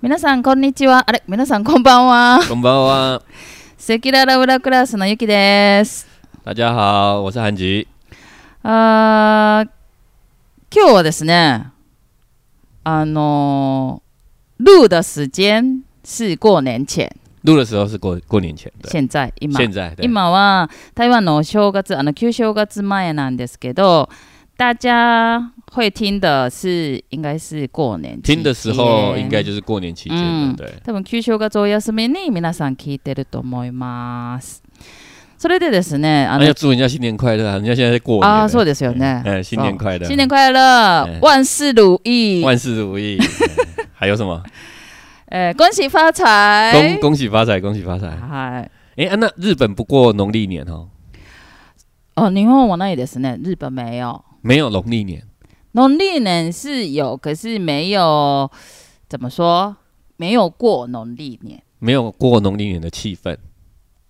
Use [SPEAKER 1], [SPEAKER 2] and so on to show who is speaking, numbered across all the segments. [SPEAKER 1] 皆さんこんにちはあれ皆さんこんばんは
[SPEAKER 2] こんばんは，
[SPEAKER 1] セキララウラクラスのゆきです
[SPEAKER 2] 大家好，我是韩吉。
[SPEAKER 1] あー今日はですねあのー录的时间是过年前
[SPEAKER 2] 录的时候是过过年前，对，
[SPEAKER 1] 现在今
[SPEAKER 2] 现在对
[SPEAKER 1] 今は台湾のお正月あの旧正月前なんですけど大家会听的是应该是过年期间
[SPEAKER 2] 听的时候应该就是过年期间
[SPEAKER 1] 嗯
[SPEAKER 2] 的，对，
[SPEAKER 1] 多分旧正月お休みに皆さん聞いてると思います。それでですね、あの、
[SPEAKER 2] 那、哎要祝人家新年快乐啊！人家现在在过年
[SPEAKER 1] あーそう
[SPEAKER 2] 的，
[SPEAKER 1] ですよね。
[SPEAKER 2] 哎，新年快乐，
[SPEAKER 1] 哦新年快乐
[SPEAKER 2] 哎，
[SPEAKER 1] 万事如意，
[SPEAKER 2] 万事如 意。哎还有什么？
[SPEAKER 1] えー恭喜发
[SPEAKER 2] 恭
[SPEAKER 1] 财。
[SPEAKER 2] 恭喜发财，恭喜发财！
[SPEAKER 1] はい。
[SPEAKER 2] 哎、啊那日本不过农历年哦，
[SPEAKER 1] あ、日本はないですね。日本没有。
[SPEAKER 2] 没有农历年，
[SPEAKER 1] 农历年是有，可是没有，怎么说？没有过农历年，
[SPEAKER 2] 没有过农历年的气氛。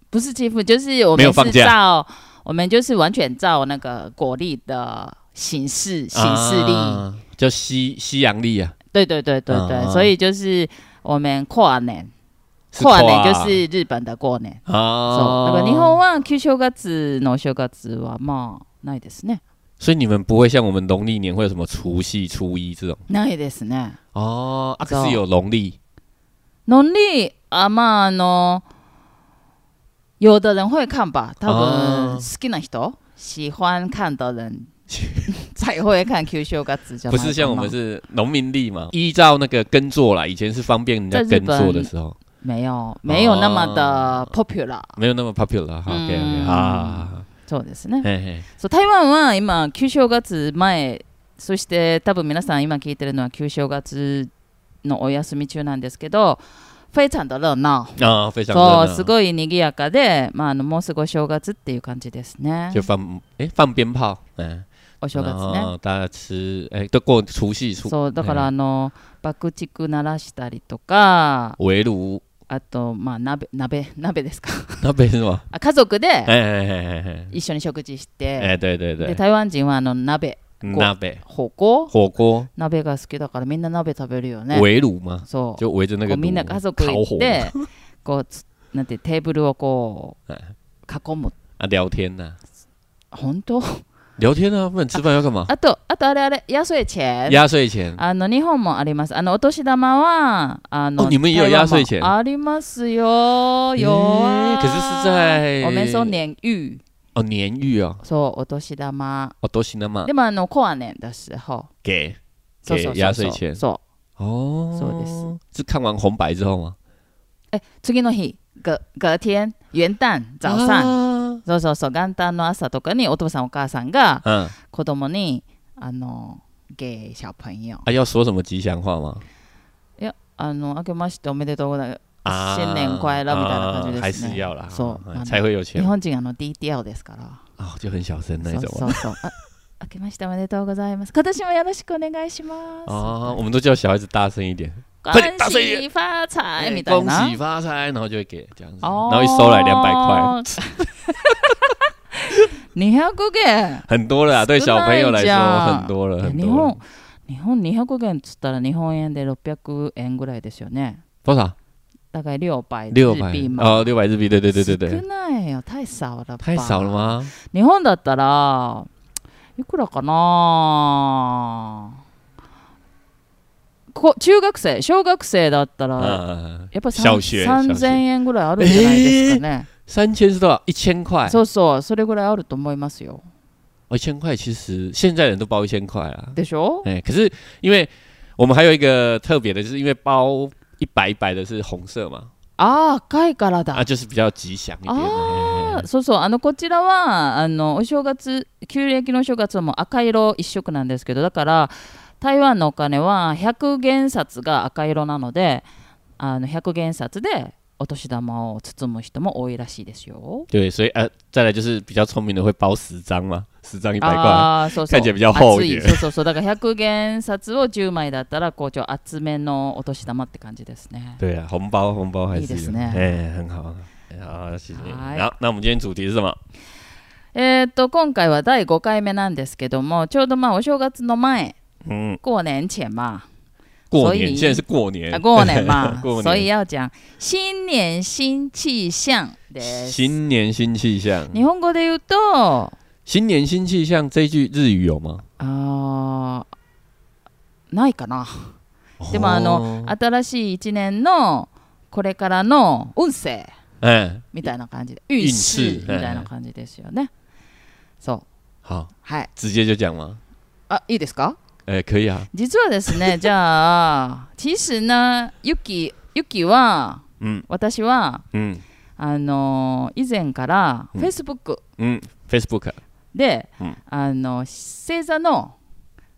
[SPEAKER 1] 不是欺负，就是我
[SPEAKER 2] 没有
[SPEAKER 1] 们
[SPEAKER 2] 放
[SPEAKER 1] 是
[SPEAKER 2] 假
[SPEAKER 1] 照，我们就是完全照那个国历的形式形式力。
[SPEAKER 2] 啊叫西西洋历啊，
[SPEAKER 1] 对对对对对，
[SPEAKER 2] 嗯嗯
[SPEAKER 1] 所以就是我们跨年，
[SPEAKER 2] 是
[SPEAKER 1] 跨年就是日本的过年。そうだから日本
[SPEAKER 2] 啊，
[SPEAKER 1] は旧正月のお正月はまあないですね。
[SPEAKER 2] 所以你们不会像我们农历年会有什么除夕、初一这种
[SPEAKER 1] ないですね。
[SPEAKER 2] 哦，啊，
[SPEAKER 1] 走
[SPEAKER 2] 可是有农历
[SPEAKER 1] のんりあまああの有的人会看吧，多分
[SPEAKER 2] あー
[SPEAKER 1] 好きな人喜欢看的人才会看旧正月じゃないかな。
[SPEAKER 2] 不是像我们是农民历嘛？依照那个耕作啦，以前是方便人家耕作的时候，
[SPEAKER 1] 没有没有那么的 popular。
[SPEAKER 2] 没有那么 popular 哈。
[SPEAKER 1] 嗯
[SPEAKER 2] OK OK 啊，
[SPEAKER 1] そうですね。
[SPEAKER 2] 嘿嘿，
[SPEAKER 1] そう台湾は今、旧正月前、そして多分皆さん今聞いてるのは旧正月のお休み中なんですけど、非常的热闹。
[SPEAKER 2] 啊，非常
[SPEAKER 1] そう、
[SPEAKER 2] 热
[SPEAKER 1] す
[SPEAKER 2] 闹，
[SPEAKER 1] ごい賑やかで、まあ、あのもうすぐお正月っていう感じですね
[SPEAKER 2] 就。放哎放鞭炮，嗯，
[SPEAKER 1] お正月
[SPEAKER 2] 然
[SPEAKER 1] ね。
[SPEAKER 2] 后大家吃哎都过除夕初
[SPEAKER 1] そう、だからあの、爆竹鳴らしたりとか、
[SPEAKER 2] 围炉，
[SPEAKER 1] あと、まあ、鍋、鍋、鍋ですか。
[SPEAKER 2] 那边是吗？
[SPEAKER 1] あ家族で
[SPEAKER 2] 哎哎哎哎哎
[SPEAKER 1] 一緒に食事し
[SPEAKER 2] 哎，
[SPEAKER 1] て、
[SPEAKER 2] 哎对对
[SPEAKER 1] で、
[SPEAKER 2] 对，
[SPEAKER 1] 台湾人はあの鍋、
[SPEAKER 2] 那边
[SPEAKER 1] 火锅、
[SPEAKER 2] 火锅
[SPEAKER 1] 鍋が好きだからみんな鍋食べるよね。
[SPEAKER 2] 围炉嘛，
[SPEAKER 1] そう。
[SPEAKER 2] 就围着那
[SPEAKER 1] こ
[SPEAKER 2] 个
[SPEAKER 1] うみんな家
[SPEAKER 2] 炉
[SPEAKER 1] 族
[SPEAKER 2] 烤
[SPEAKER 1] 行
[SPEAKER 2] 火
[SPEAKER 1] って こうつなんてテーブルをこう
[SPEAKER 2] はい
[SPEAKER 1] 囲む
[SPEAKER 2] 啊，聊天呐，
[SPEAKER 1] 本当
[SPEAKER 2] 聊天啊，不哎然吃饭要干嘛？
[SPEAKER 1] あと啊とあれあれ压岁钱
[SPEAKER 2] 压岁钱
[SPEAKER 1] あの日本もありますあのお年玉はあの
[SPEAKER 2] お日本有
[SPEAKER 1] 台湾も
[SPEAKER 2] 压岁钱
[SPEAKER 1] ありますよ有啊
[SPEAKER 2] えー嗯可是是在
[SPEAKER 1] 我们说年玉
[SPEAKER 2] 哦，年玉哦，
[SPEAKER 1] そうお年玉
[SPEAKER 2] 哦，都行了嘛
[SPEAKER 1] で，もあのコア年的时候
[SPEAKER 2] 给
[SPEAKER 1] そうそうそうそう
[SPEAKER 2] 给压岁钱
[SPEAKER 1] そう
[SPEAKER 2] 哦，
[SPEAKER 1] そうです
[SPEAKER 2] 是看完红白之后吗？
[SPEAKER 1] 次の日隔隔天元旦早上そ
[SPEAKER 2] 上，
[SPEAKER 1] うそうそう元旦の朝とかにお父さんお母さんが
[SPEAKER 2] 嗯，
[SPEAKER 1] 子供にあの给小朋友
[SPEAKER 2] 啊，要说什么吉祥话吗？
[SPEAKER 1] あの明けましておめでとうございます新年快乐みたいな感じですね
[SPEAKER 2] 啊还是要啦，
[SPEAKER 1] そう
[SPEAKER 2] 嗯
[SPEAKER 1] あの
[SPEAKER 2] 才会有
[SPEAKER 1] 日
[SPEAKER 2] 钱
[SPEAKER 1] 本人あの DTL ですから
[SPEAKER 2] 哦，就很小声那
[SPEAKER 1] そう
[SPEAKER 2] 种
[SPEAKER 1] そうそうあ明けましておめでとうございます今年もよろしくお願いします
[SPEAKER 2] 哦，我们都叫小孩子大声一点，
[SPEAKER 1] 恭
[SPEAKER 2] 快点大声一
[SPEAKER 1] 喜发财みたい
[SPEAKER 2] 恭
[SPEAKER 1] な
[SPEAKER 2] 喜发财，啊然后就会给这样子，然
[SPEAKER 1] 哦
[SPEAKER 2] 后一收来两百块，
[SPEAKER 1] 200元
[SPEAKER 2] 很哎多了啊，对小朋友来
[SPEAKER 1] 少ないじゃ
[SPEAKER 2] 说
[SPEAKER 1] ん
[SPEAKER 2] 很多了，很
[SPEAKER 1] 日
[SPEAKER 2] 多了
[SPEAKER 1] 本。日本200元っつったら日本円で600円ぐらいですよね
[SPEAKER 2] 多少？
[SPEAKER 1] 大概六百日
[SPEAKER 2] 六百
[SPEAKER 1] 币嘛
[SPEAKER 2] 哦，六百日币，对对对
[SPEAKER 1] 少
[SPEAKER 2] 对对，
[SPEAKER 1] ないよ太少了吧
[SPEAKER 2] 太少了吗？
[SPEAKER 1] 日本だったらいくらかなこ中学生小学生だったら、
[SPEAKER 2] 嗯，
[SPEAKER 1] やっぱり
[SPEAKER 2] 小学小
[SPEAKER 1] 3000
[SPEAKER 2] 学
[SPEAKER 1] 円ぐらいあるんじゃないですかね、
[SPEAKER 2] 三千是多少？一千块。
[SPEAKER 1] そうそうそれぐらいあると思いますよ
[SPEAKER 2] 哦，一千块其实现在人都包一千块啦。
[SPEAKER 1] でしょ
[SPEAKER 2] 哎、可是因为我们还有一个特别的，就是因为包一百一百的是红色嘛，
[SPEAKER 1] ああ赤いからだ
[SPEAKER 2] 啊，就是比较吉祥一点。
[SPEAKER 1] あ
[SPEAKER 2] 哎
[SPEAKER 1] ーそうそうあのこちらはあのお正月旧暦のお正月はもう赤色一色なんですけどだから台湾のお金は100元札が赤色なのであの100元札でお年玉を包む人も多いらしいですよ。
[SPEAKER 2] 对，所以呃，再来就是比较聪明的会包十张嘛，十张一百块。
[SPEAKER 1] ああそうそう
[SPEAKER 2] 看起来比较厚
[SPEAKER 1] 厚
[SPEAKER 2] 一
[SPEAKER 1] い
[SPEAKER 2] 点
[SPEAKER 1] そうそうそうだから100元札を10枚だったらこうちょ厚めのお年玉って感じですね。
[SPEAKER 2] 对啊，红包红包还
[SPEAKER 1] いい
[SPEAKER 2] 是
[SPEAKER 1] です
[SPEAKER 2] 有，
[SPEAKER 1] ね
[SPEAKER 2] 哎、很好。好，谢谢你。
[SPEAKER 1] 嗨
[SPEAKER 2] 好，那我们今天主题是什么？
[SPEAKER 1] えー、っと今回は第5回目なんですけどもちょうどまあお正月の前
[SPEAKER 2] 嗯，
[SPEAKER 1] 过年前嘛，
[SPEAKER 2] 过
[SPEAKER 1] 所
[SPEAKER 2] 年
[SPEAKER 1] 以
[SPEAKER 2] 现在是过年
[SPEAKER 1] 啊，过年嘛，
[SPEAKER 2] 过年
[SPEAKER 1] 所以要讲新年新气象です。
[SPEAKER 2] 新年新气象。
[SPEAKER 1] 日本語で言うと、
[SPEAKER 2] 新年新气象这一句日语有吗？
[SPEAKER 1] あーないかな。でもあ
[SPEAKER 2] 哦
[SPEAKER 1] の新しい一年のこれからの運勢
[SPEAKER 2] 嗯，
[SPEAKER 1] みたいな感じで、
[SPEAKER 2] 運
[SPEAKER 1] 運
[SPEAKER 2] 勢
[SPEAKER 1] 勢みたいな感じですよね。そう、
[SPEAKER 2] 好，
[SPEAKER 1] はい。
[SPEAKER 2] 直接就讲吗？
[SPEAKER 1] あ、いいですか？
[SPEAKER 2] 哎、可以啊。
[SPEAKER 1] 実はです ね、じゃあ、其实呢、ゆきゆきは
[SPEAKER 2] 嗯
[SPEAKER 1] 私は
[SPEAKER 2] 嗯
[SPEAKER 1] あの以前から
[SPEAKER 2] うん
[SPEAKER 1] Facebook
[SPEAKER 2] 嗯，Facebook
[SPEAKER 1] で、
[SPEAKER 2] うん
[SPEAKER 1] あの星座の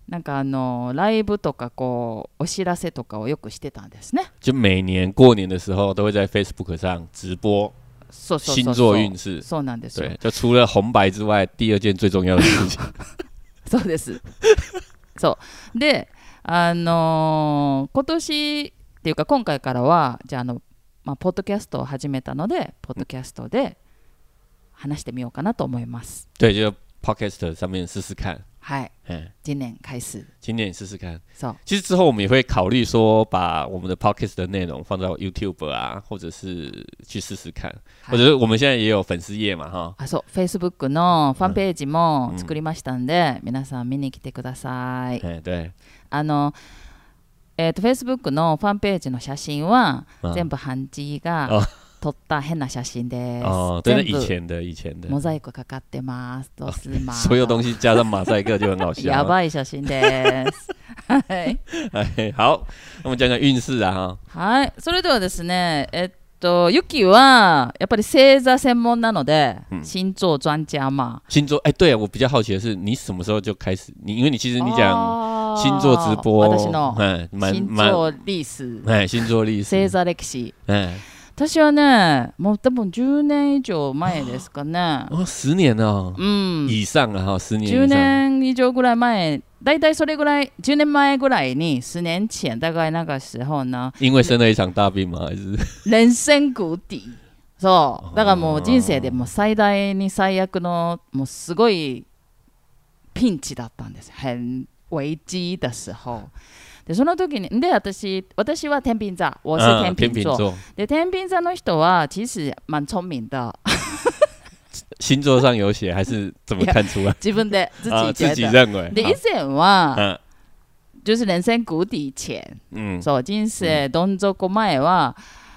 [SPEAKER 1] なんかあのライブとかこうお知らせとかをよくしてたんですね。
[SPEAKER 2] 就每年过年的时候都会在 Facebook 上直播
[SPEAKER 1] そうそうそ
[SPEAKER 2] 星
[SPEAKER 1] う
[SPEAKER 2] 座
[SPEAKER 1] そう
[SPEAKER 2] 运势。
[SPEAKER 1] そうなんですよ
[SPEAKER 2] 对，。就除了红白之外，第二件最重要的事情，
[SPEAKER 1] そうです。 そうで、あのー今年っていうか今回からはじゃああの、まあ、ポッドキャストを始めたのでポッドキャストで話してみようかなと思います。
[SPEAKER 2] 对，就 Podcast 上面试试看。
[SPEAKER 1] はい、
[SPEAKER 2] 嗯，
[SPEAKER 1] 次年開始。
[SPEAKER 2] 今年也试试看。
[SPEAKER 1] そう
[SPEAKER 2] 其实之后我们也会考虑说，把我们的 podcast 的内容放到 YouTube 啊，或者是去试试看，或者是我们现在也有粉丝页嘛，哈。
[SPEAKER 1] あそう、Facebook のファンページも作りましたんで、皆さん見に来てください。
[SPEAKER 2] 哎，对，
[SPEAKER 1] あの、えー、と Facebook のファンページの写真は、
[SPEAKER 2] 嗯
[SPEAKER 1] 全部ハンジ
[SPEAKER 2] あ
[SPEAKER 1] が撮った変な写真です。
[SPEAKER 2] 哦，真的
[SPEAKER 1] 全
[SPEAKER 2] 以
[SPEAKER 1] 部
[SPEAKER 2] 前的以前的，
[SPEAKER 1] モザイクかかってます。ドスマー
[SPEAKER 2] 所有东西加上马赛克就很好
[SPEAKER 1] や
[SPEAKER 2] 笑。啊
[SPEAKER 1] ばい写真です。 はい、
[SPEAKER 2] 哎，好，那我们讲讲运势啊，哈，
[SPEAKER 1] はい、それではですね、えっと、ユキはやっぱり星座専門なので、
[SPEAKER 2] うん
[SPEAKER 1] 心臓专家嘛。
[SPEAKER 2] 星座。哎，对啊，我比较好奇的是，你什么时候就开始？你因为你其实你讲
[SPEAKER 1] あー
[SPEAKER 2] 星座直播，
[SPEAKER 1] 私の
[SPEAKER 2] 哎，蛮
[SPEAKER 1] 新
[SPEAKER 2] 蛮，
[SPEAKER 1] 座リース
[SPEAKER 2] 哎，星座历
[SPEAKER 1] 星
[SPEAKER 2] 史，
[SPEAKER 1] 座歴史
[SPEAKER 2] 哎，
[SPEAKER 1] 私はねもう多分10年以上前ですかね
[SPEAKER 2] 哦，十年哦，
[SPEAKER 1] うん
[SPEAKER 2] 以上啊，哈，十年
[SPEAKER 1] 10
[SPEAKER 2] 以上，
[SPEAKER 1] 年以上ぐらい前大体それぐらい10年前ぐらいに10年前大概那个时候 呢
[SPEAKER 2] 因为生了一场大病吗？还是？
[SPEAKER 1] 人生谷底そうだからもう人生でもう最大に最悪のもうすごいピンチだったんです很危機的时候でその時にで私私は天秤座我是天
[SPEAKER 2] 嗯天
[SPEAKER 1] 秤
[SPEAKER 2] 秤
[SPEAKER 1] 座
[SPEAKER 2] 座，
[SPEAKER 1] で天秤座の人は其实蛮聪明的
[SPEAKER 2] 星座上有写还是怎么看出来？
[SPEAKER 1] 自分で 自己
[SPEAKER 2] 啊，
[SPEAKER 1] 觉
[SPEAKER 2] 自
[SPEAKER 1] 得。
[SPEAKER 2] 己认为。
[SPEAKER 1] で以
[SPEAKER 2] 好
[SPEAKER 1] 前は
[SPEAKER 2] 嗯
[SPEAKER 1] 就是人生谷底前、
[SPEAKER 2] 嗯，
[SPEAKER 1] そう人生どん底前は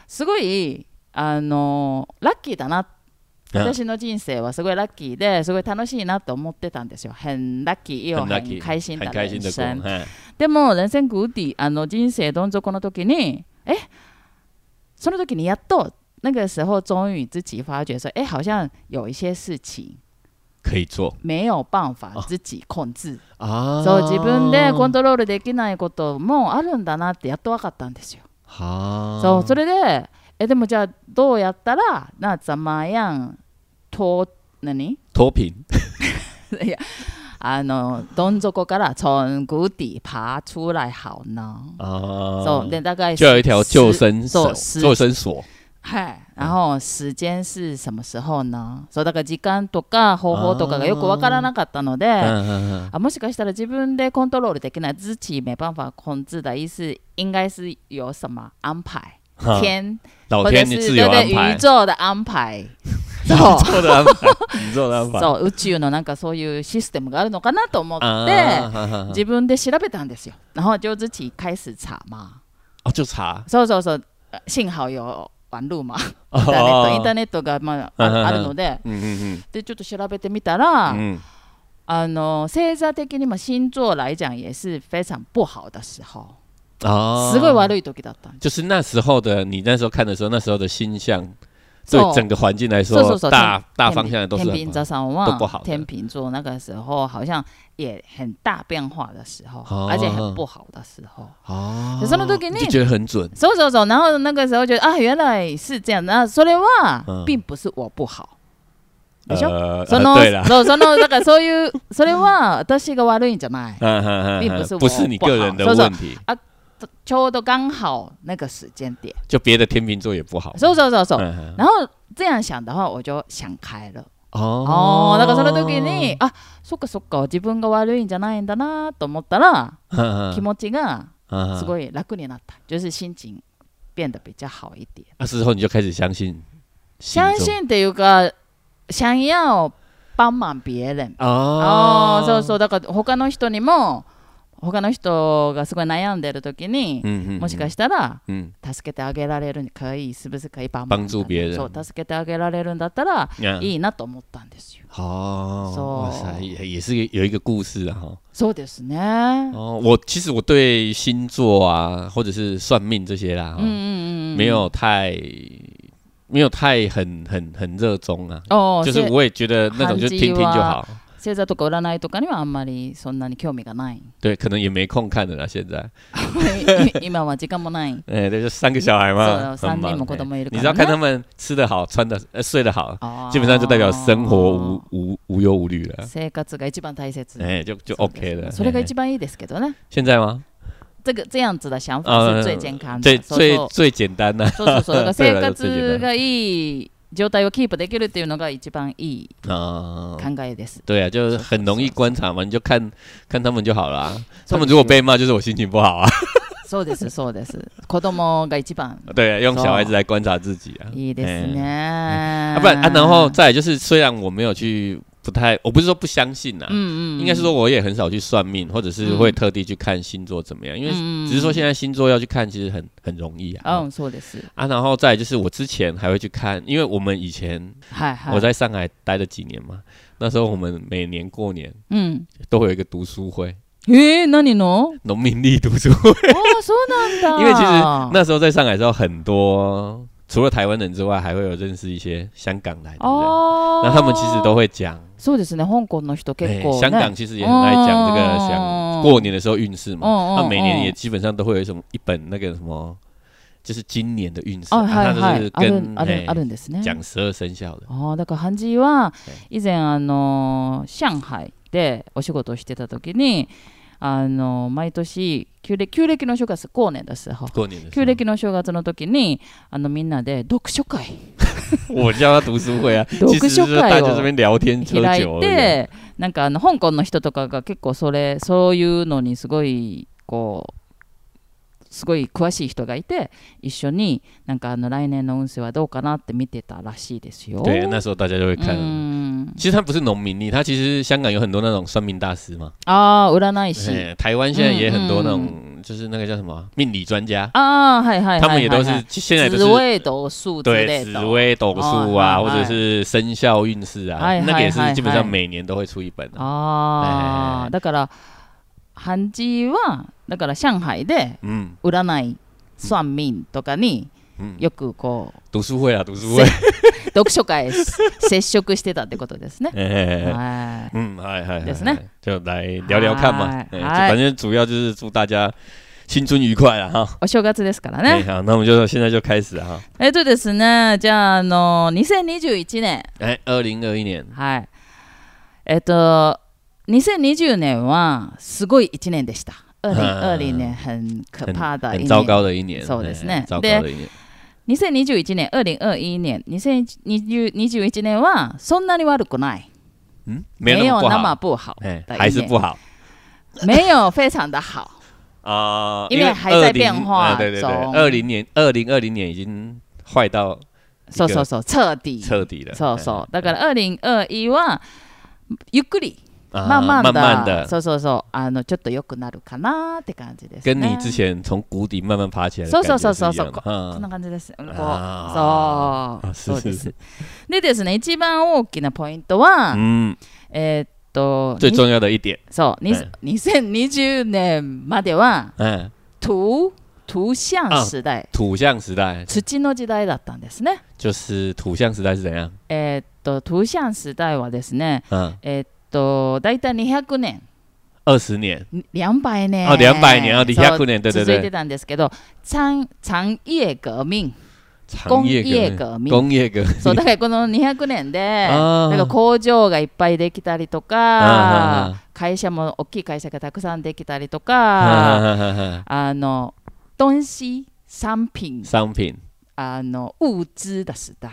[SPEAKER 1] すごいあのラッキーだな
[SPEAKER 2] 嗯
[SPEAKER 1] 私の人生はすごいラッキーですごい楽しいなと思ってたんですよ。很ラッキーよ、
[SPEAKER 2] 很
[SPEAKER 1] 很
[SPEAKER 2] lucky，
[SPEAKER 1] 開心
[SPEAKER 2] 很
[SPEAKER 1] だ
[SPEAKER 2] 开心的
[SPEAKER 1] 人生。。
[SPEAKER 2] 过哎
[SPEAKER 1] でも人生谷底あの人生どん底の時にえその時にやっと那个时候终于自己发觉说哎好像有一些事情
[SPEAKER 2] 可以做
[SPEAKER 1] 没有办法
[SPEAKER 2] あ
[SPEAKER 1] 自己控制
[SPEAKER 2] 啊
[SPEAKER 1] そう自分でコントロールできないこともあるんだなってやっと分かったんですよ。
[SPEAKER 2] 好，
[SPEAKER 1] そうそれでえでもじゃあどうやったらなざまやんと何
[SPEAKER 2] 脱贫
[SPEAKER 1] いやあのどん底から从谷底爬出来好呢？
[SPEAKER 2] 啊，
[SPEAKER 1] そうで大概
[SPEAKER 2] 就有一条救生
[SPEAKER 1] そう十
[SPEAKER 2] 绳、救生索
[SPEAKER 1] はい、然后时间是什么时候呢？そうだから時間とか方法とかがよくわからなかったので、
[SPEAKER 2] 嗯
[SPEAKER 1] あ
[SPEAKER 2] 嗯嗯
[SPEAKER 1] もしかしたら自分でコントロールできない自己没办法控制的意思，应该是有什么安排？
[SPEAKER 2] 好，
[SPEAKER 1] 天，
[SPEAKER 2] 嗯 老
[SPEAKER 1] 或者
[SPEAKER 2] 天
[SPEAKER 1] 是
[SPEAKER 2] 你自由安
[SPEAKER 1] 对对
[SPEAKER 2] 排
[SPEAKER 1] 宇，宙的安排。 そう
[SPEAKER 2] 做的安排， 宇宙的安排
[SPEAKER 1] そう宇宙のなんかそういうシステムがあるのかなと思って、
[SPEAKER 2] 啊哈哈哈
[SPEAKER 1] 自分で調べたんですよ。然后就自己开始查嘛。
[SPEAKER 2] 哦，就查
[SPEAKER 1] そうそうそう。呃幸好有网路嘛。
[SPEAKER 2] 哦
[SPEAKER 1] インターネットインターネットが、まあ、
[SPEAKER 2] うんうんうん
[SPEAKER 1] ああるので
[SPEAKER 2] 嗯嗯
[SPEAKER 1] でちょっと調べてみたら、
[SPEAKER 2] 嗯嗯，
[SPEAKER 1] あの星座的にも星座来讲也是非常不好的时候、
[SPEAKER 2] 哦，
[SPEAKER 1] すごい悪い時だったんです。
[SPEAKER 2] 就是那时候的你那时候看的时候，那时候的星象对
[SPEAKER 1] そう
[SPEAKER 2] 整个环境来说，
[SPEAKER 1] そうそうそう
[SPEAKER 2] 大大
[SPEAKER 1] 天
[SPEAKER 2] 方向的都是
[SPEAKER 1] 哦天
[SPEAKER 2] 很
[SPEAKER 1] 秤
[SPEAKER 2] 棒
[SPEAKER 1] 座さん
[SPEAKER 2] 都不
[SPEAKER 1] は
[SPEAKER 2] 好的
[SPEAKER 1] 天秤座那个时候好像也很大变化的时候，
[SPEAKER 2] 哦
[SPEAKER 1] 而且很不好的时候。
[SPEAKER 2] 哦
[SPEAKER 1] でその時
[SPEAKER 2] 你
[SPEAKER 1] に
[SPEAKER 2] 就觉得很准
[SPEAKER 1] 走走走，然后那个时候觉得啊，原来是这样。那それ
[SPEAKER 2] 嗯
[SPEAKER 1] は哎并不是我不好。でしょ
[SPEAKER 2] 呃，
[SPEAKER 1] そ
[SPEAKER 2] 呃
[SPEAKER 1] の
[SPEAKER 2] 对 了，
[SPEAKER 1] そうそのだからそういうそれは私が悪いんじゃない。
[SPEAKER 2] 嗯嗯
[SPEAKER 1] 并不
[SPEAKER 2] 嗯
[SPEAKER 1] 是
[SPEAKER 2] 嗯，
[SPEAKER 1] 我
[SPEAKER 2] 不是你个人的
[SPEAKER 1] 不好
[SPEAKER 2] 问题，
[SPEAKER 1] ちょうど刚好那个时间点。
[SPEAKER 2] 就别的天秤座也不好。
[SPEAKER 1] 走走走走，
[SPEAKER 2] 嗯嗯
[SPEAKER 1] 然后这样想的话，我就想开了。
[SPEAKER 2] 哦
[SPEAKER 1] 哦，だからその時にあ、そっかそっか自分が悪いんじゃないんだなと思ったら
[SPEAKER 2] 嗯嗯
[SPEAKER 1] 気持ちが
[SPEAKER 2] 啊
[SPEAKER 1] すごい楽になった，就是心情变得比较好一点。
[SPEAKER 2] 那时候你就开始相信，
[SPEAKER 1] 相信っていうか、想要帮忙别人。
[SPEAKER 2] 哦
[SPEAKER 1] ああ、そうそう。だから他の人にも、他の人がすごい悩んでる時に、
[SPEAKER 2] 嗯
[SPEAKER 1] もしかし
[SPEAKER 2] して
[SPEAKER 1] たら
[SPEAKER 2] 嗯
[SPEAKER 1] 助けてあげられる可以、是不是可以帮忙
[SPEAKER 2] 帮助别人
[SPEAKER 1] そう、助けてあげられるんだったらいいなと思ったんですよ。
[SPEAKER 2] 嗯啊哦，哇塞，
[SPEAKER 1] So-
[SPEAKER 2] 也也是有一个故事啊。哦
[SPEAKER 1] そうですね。
[SPEAKER 2] 哦，我其实我对星座啊，或者是算命这些啦，哦
[SPEAKER 1] 嗯嗯嗯，
[SPEAKER 2] 没有太没有太很很很热衷啊。
[SPEAKER 1] 哦，
[SPEAKER 2] 就是我也觉得那种就
[SPEAKER 1] 韩剧
[SPEAKER 2] 听听就
[SPEAKER 1] 啊
[SPEAKER 2] 好，
[SPEAKER 1] 星座とか占いとかにはあんまりそんなに興味が ない。
[SPEAKER 2] 对，可能也没空看的啦。现在，
[SPEAKER 1] い今は時間もない。
[SPEAKER 2] 哎、对，就三个小孩嘛，
[SPEAKER 1] 嗯是的
[SPEAKER 2] 很忙
[SPEAKER 1] 三年母狗都没
[SPEAKER 2] 哎
[SPEAKER 1] 得
[SPEAKER 2] 你
[SPEAKER 1] 看
[SPEAKER 2] 只要看他们吃得好、穿得呃、睡得好，
[SPEAKER 1] あー
[SPEAKER 2] 基本上就代表生活无无无忧无虑了。
[SPEAKER 1] 生活が一番大切。
[SPEAKER 2] 哎、就就
[SPEAKER 1] そうです
[SPEAKER 2] OK 了。
[SPEAKER 1] それが
[SPEAKER 2] 哎
[SPEAKER 1] 一番いいですけどね。
[SPEAKER 2] 现在吗？
[SPEAKER 1] 这个这样子的想
[SPEAKER 2] 啊
[SPEAKER 1] 法是最健康的。
[SPEAKER 2] 最
[SPEAKER 1] そう
[SPEAKER 2] 最
[SPEAKER 1] そう
[SPEAKER 2] 最简单的
[SPEAKER 1] そうそうそう。だから
[SPEAKER 2] 对
[SPEAKER 1] 生
[SPEAKER 2] 了就
[SPEAKER 1] 活
[SPEAKER 2] 最简单
[SPEAKER 1] がいい状態をキープできるっていうのが一番いい
[SPEAKER 2] 啊。
[SPEAKER 1] 考えです。
[SPEAKER 2] 对啊，就是很容易观察嘛，你就看看他们就好啦。他
[SPEAKER 1] そう
[SPEAKER 2] 们
[SPEAKER 1] です
[SPEAKER 2] 如果被骂，就是我心情不好 啊。
[SPEAKER 1] そうですそうです。子供が一番
[SPEAKER 2] 对啊，用
[SPEAKER 1] 哦
[SPEAKER 2] 小孩子来观察自己啊。
[SPEAKER 1] いいですね。
[SPEAKER 2] 哎啊，不然啊，然后再来就是，虽然我没有去，不太，我不是说不相信呐、
[SPEAKER 1] 嗯嗯，
[SPEAKER 2] 应该是说我也很少去算命，或者是会特地去看星座怎么样，因为
[SPEAKER 1] 嗯
[SPEAKER 2] 只是说现在星座要去看，其实很很容易啊。
[SPEAKER 1] 嗯，そうです。
[SPEAKER 2] 啊，然后再来就是我之前还会去看，因为我们以前
[SPEAKER 1] はいはい。
[SPEAKER 2] 我在上海待了几年嘛，那时候我们每年过年
[SPEAKER 1] うん。
[SPEAKER 2] 都会有一个读书会，
[SPEAKER 1] えー、何の？
[SPEAKER 2] 农民历读书会，
[SPEAKER 1] 哦，そうなんだ。
[SPEAKER 2] 因为其实
[SPEAKER 1] 哦
[SPEAKER 2] 那时候在上海的时候很多。除了台湾人之外，还会有认识一些香港来的人，
[SPEAKER 1] 哦，
[SPEAKER 2] 那他们其实都会讲
[SPEAKER 1] そうですね。香港の人結構ね。
[SPEAKER 2] 哎香港其实也很爱讲这个
[SPEAKER 1] 哦
[SPEAKER 2] 想过年的时候运势嘛，
[SPEAKER 1] 哦哦
[SPEAKER 2] 那、每年
[SPEAKER 1] 哦
[SPEAKER 2] 也基本上都会有什么一本那个什么，就是今年的运势，
[SPEAKER 1] あ
[SPEAKER 2] 啊
[SPEAKER 1] はい
[SPEAKER 2] 它
[SPEAKER 1] はい。あ
[SPEAKER 2] 就是
[SPEAKER 1] る
[SPEAKER 2] 跟
[SPEAKER 1] ある
[SPEAKER 2] 哎
[SPEAKER 1] あるんですね。
[SPEAKER 2] 讲十二生肖的，
[SPEAKER 1] ああだからハンジーは以前あの上海でお仕事をしてた時にあの毎年旧暦旧暦の正月後年ですよ
[SPEAKER 2] 过年的时
[SPEAKER 1] 旧
[SPEAKER 2] 候，
[SPEAKER 1] 暦の正月の時にあのみんなで読書会
[SPEAKER 2] 我叫他读书会啊，
[SPEAKER 1] 读
[SPEAKER 2] 其实
[SPEAKER 1] 书
[SPEAKER 2] 就
[SPEAKER 1] 会
[SPEAKER 2] 是
[SPEAKER 1] 哦
[SPEAKER 2] 大家这边聊天
[SPEAKER 1] 開
[SPEAKER 2] 喝酒
[SPEAKER 1] い
[SPEAKER 2] 而已，啊
[SPEAKER 1] てなんかあの香港の人とかが結構それそういうのにすごいこうすごい詳しい人がいて一緒になんかあの来年の運勢はどうかなって見てたらしいですよ。
[SPEAKER 2] 对，那时候大家就会看。
[SPEAKER 1] 嗯うん
[SPEAKER 2] 其实他不是农民历，他其实香港有很多那种算命大师嘛，
[SPEAKER 1] ああ占い師。
[SPEAKER 2] 哎台湾现在也很多那
[SPEAKER 1] 嗯
[SPEAKER 2] 种，就是那个叫什么啊命理专家，
[SPEAKER 1] ああ、はいはいはいはいはい。
[SPEAKER 2] 他们也都是现在都
[SPEAKER 1] 紫
[SPEAKER 2] 是
[SPEAKER 1] 薇斗数之
[SPEAKER 2] 对，
[SPEAKER 1] 类
[SPEAKER 2] 紫
[SPEAKER 1] 的。
[SPEAKER 2] 微斗数啊，
[SPEAKER 1] 哦哎
[SPEAKER 2] 或
[SPEAKER 1] 嗨
[SPEAKER 2] 者是生肖运势啊
[SPEAKER 1] 嗨，
[SPEAKER 2] 那个也
[SPEAKER 1] 嗨
[SPEAKER 2] 是
[SPEAKER 1] 嗨
[SPEAKER 2] 基本上
[SPEAKER 1] 嗨
[SPEAKER 2] 每年都会出一本
[SPEAKER 1] 哦ああ、
[SPEAKER 2] 啊。ええ
[SPEAKER 1] だから、ハンジーは、だから上海で
[SPEAKER 2] 嗯
[SPEAKER 1] 占い、算命とかに
[SPEAKER 2] 嗯，
[SPEAKER 1] よくこう、
[SPEAKER 2] 读书会啊，读书会，
[SPEAKER 1] 読書会接触してたってことですね。
[SPEAKER 2] 哎哎哎
[SPEAKER 1] はい。
[SPEAKER 2] 嗯，嗨嗨，
[SPEAKER 1] です
[SPEAKER 2] 嗨
[SPEAKER 1] ね
[SPEAKER 2] 嗨就来聊聊看嘛，
[SPEAKER 1] 嗨嗨
[SPEAKER 2] 哎就反正主要就是祝大家新春愉快啊哈。
[SPEAKER 1] お正月ですから
[SPEAKER 2] 哎
[SPEAKER 1] ね。
[SPEAKER 2] 好，那我们就现在就开始啊哈。
[SPEAKER 1] えっとですね、じゃあ、あの、2021年。
[SPEAKER 2] 哎，二零二一年，
[SPEAKER 1] はい。えっと、2020年はすごい1年でした。2020年很可
[SPEAKER 2] 很
[SPEAKER 1] 怕的一
[SPEAKER 2] 很
[SPEAKER 1] 年。
[SPEAKER 2] 糟糕的一年，
[SPEAKER 1] そうですね
[SPEAKER 2] 哎糟糕的一
[SPEAKER 1] 啊
[SPEAKER 2] 年，
[SPEAKER 1] 2021年、2021年、2021年はそんなに悪くない。
[SPEAKER 2] 嗯，没有
[SPEAKER 1] 那
[SPEAKER 2] 那么不
[SPEAKER 1] 么
[SPEAKER 2] 好，
[SPEAKER 1] 不好。
[SPEAKER 2] 哎，
[SPEAKER 1] 的一
[SPEAKER 2] 还是
[SPEAKER 1] 年
[SPEAKER 2] 不好
[SPEAKER 1] 没有非常的好。
[SPEAKER 2] 啊，
[SPEAKER 1] 因为还在
[SPEAKER 2] 20
[SPEAKER 1] 变化
[SPEAKER 2] 哎对对对，
[SPEAKER 1] 中
[SPEAKER 2] 二零年二零二零年已经坏到
[SPEAKER 1] そうそう そう、彻底。
[SPEAKER 2] 彻底了，
[SPEAKER 1] そう
[SPEAKER 2] 哎
[SPEAKER 1] そう。だから2021はゆっくり、
[SPEAKER 2] 啊
[SPEAKER 1] 慢慢
[SPEAKER 2] 慢慢
[SPEAKER 1] 的、
[SPEAKER 2] 的，
[SPEAKER 1] そうそうそう、あのちょっと良くなるかなって感じですね。
[SPEAKER 2] 跟你之前从谷底慢慢爬起来的
[SPEAKER 1] そうそ
[SPEAKER 2] 感觉
[SPEAKER 1] う
[SPEAKER 2] 是一
[SPEAKER 1] そ
[SPEAKER 2] 样的，
[SPEAKER 1] うそうそうこんな
[SPEAKER 2] 嗯
[SPEAKER 1] 感じです。こう
[SPEAKER 2] あ
[SPEAKER 1] そう。
[SPEAKER 2] 是
[SPEAKER 1] そうで
[SPEAKER 2] 是
[SPEAKER 1] す
[SPEAKER 2] 是。，
[SPEAKER 1] でですね、一番大きなポイントは、
[SPEAKER 2] 嗯，
[SPEAKER 1] えーっと、
[SPEAKER 2] 最
[SPEAKER 1] に
[SPEAKER 2] 重要的一点，
[SPEAKER 1] そう、に
[SPEAKER 2] うん
[SPEAKER 1] 2020年までは、
[SPEAKER 2] 嗯，
[SPEAKER 1] 土、土象時代、
[SPEAKER 2] 土象时代
[SPEAKER 1] 土の時代だったんですね。
[SPEAKER 2] 就是土象时代是怎样？
[SPEAKER 1] えーっと、土象時代はですね、
[SPEAKER 2] 嗯，
[SPEAKER 1] えーっと、大体200年、
[SPEAKER 2] 二十年
[SPEAKER 1] 200年。
[SPEAKER 2] 哦，两百年哦，底下
[SPEAKER 1] そ
[SPEAKER 2] 过
[SPEAKER 1] う
[SPEAKER 2] 年，对对
[SPEAKER 1] 続いて
[SPEAKER 2] 对，
[SPEAKER 1] たんですけど、産産業革命。
[SPEAKER 2] 长夜
[SPEAKER 1] 工业革命
[SPEAKER 2] 工业革命哦
[SPEAKER 1] そうだからこの200年で
[SPEAKER 2] あ
[SPEAKER 1] な
[SPEAKER 2] ー
[SPEAKER 1] んか工場がいっぱいできたりと
[SPEAKER 2] あー
[SPEAKER 1] か会社も大きい会社がたくさんできたりと
[SPEAKER 2] 哈
[SPEAKER 1] か
[SPEAKER 2] 哈哈哈
[SPEAKER 1] あの東西産品
[SPEAKER 2] 商品
[SPEAKER 1] あの物資的時代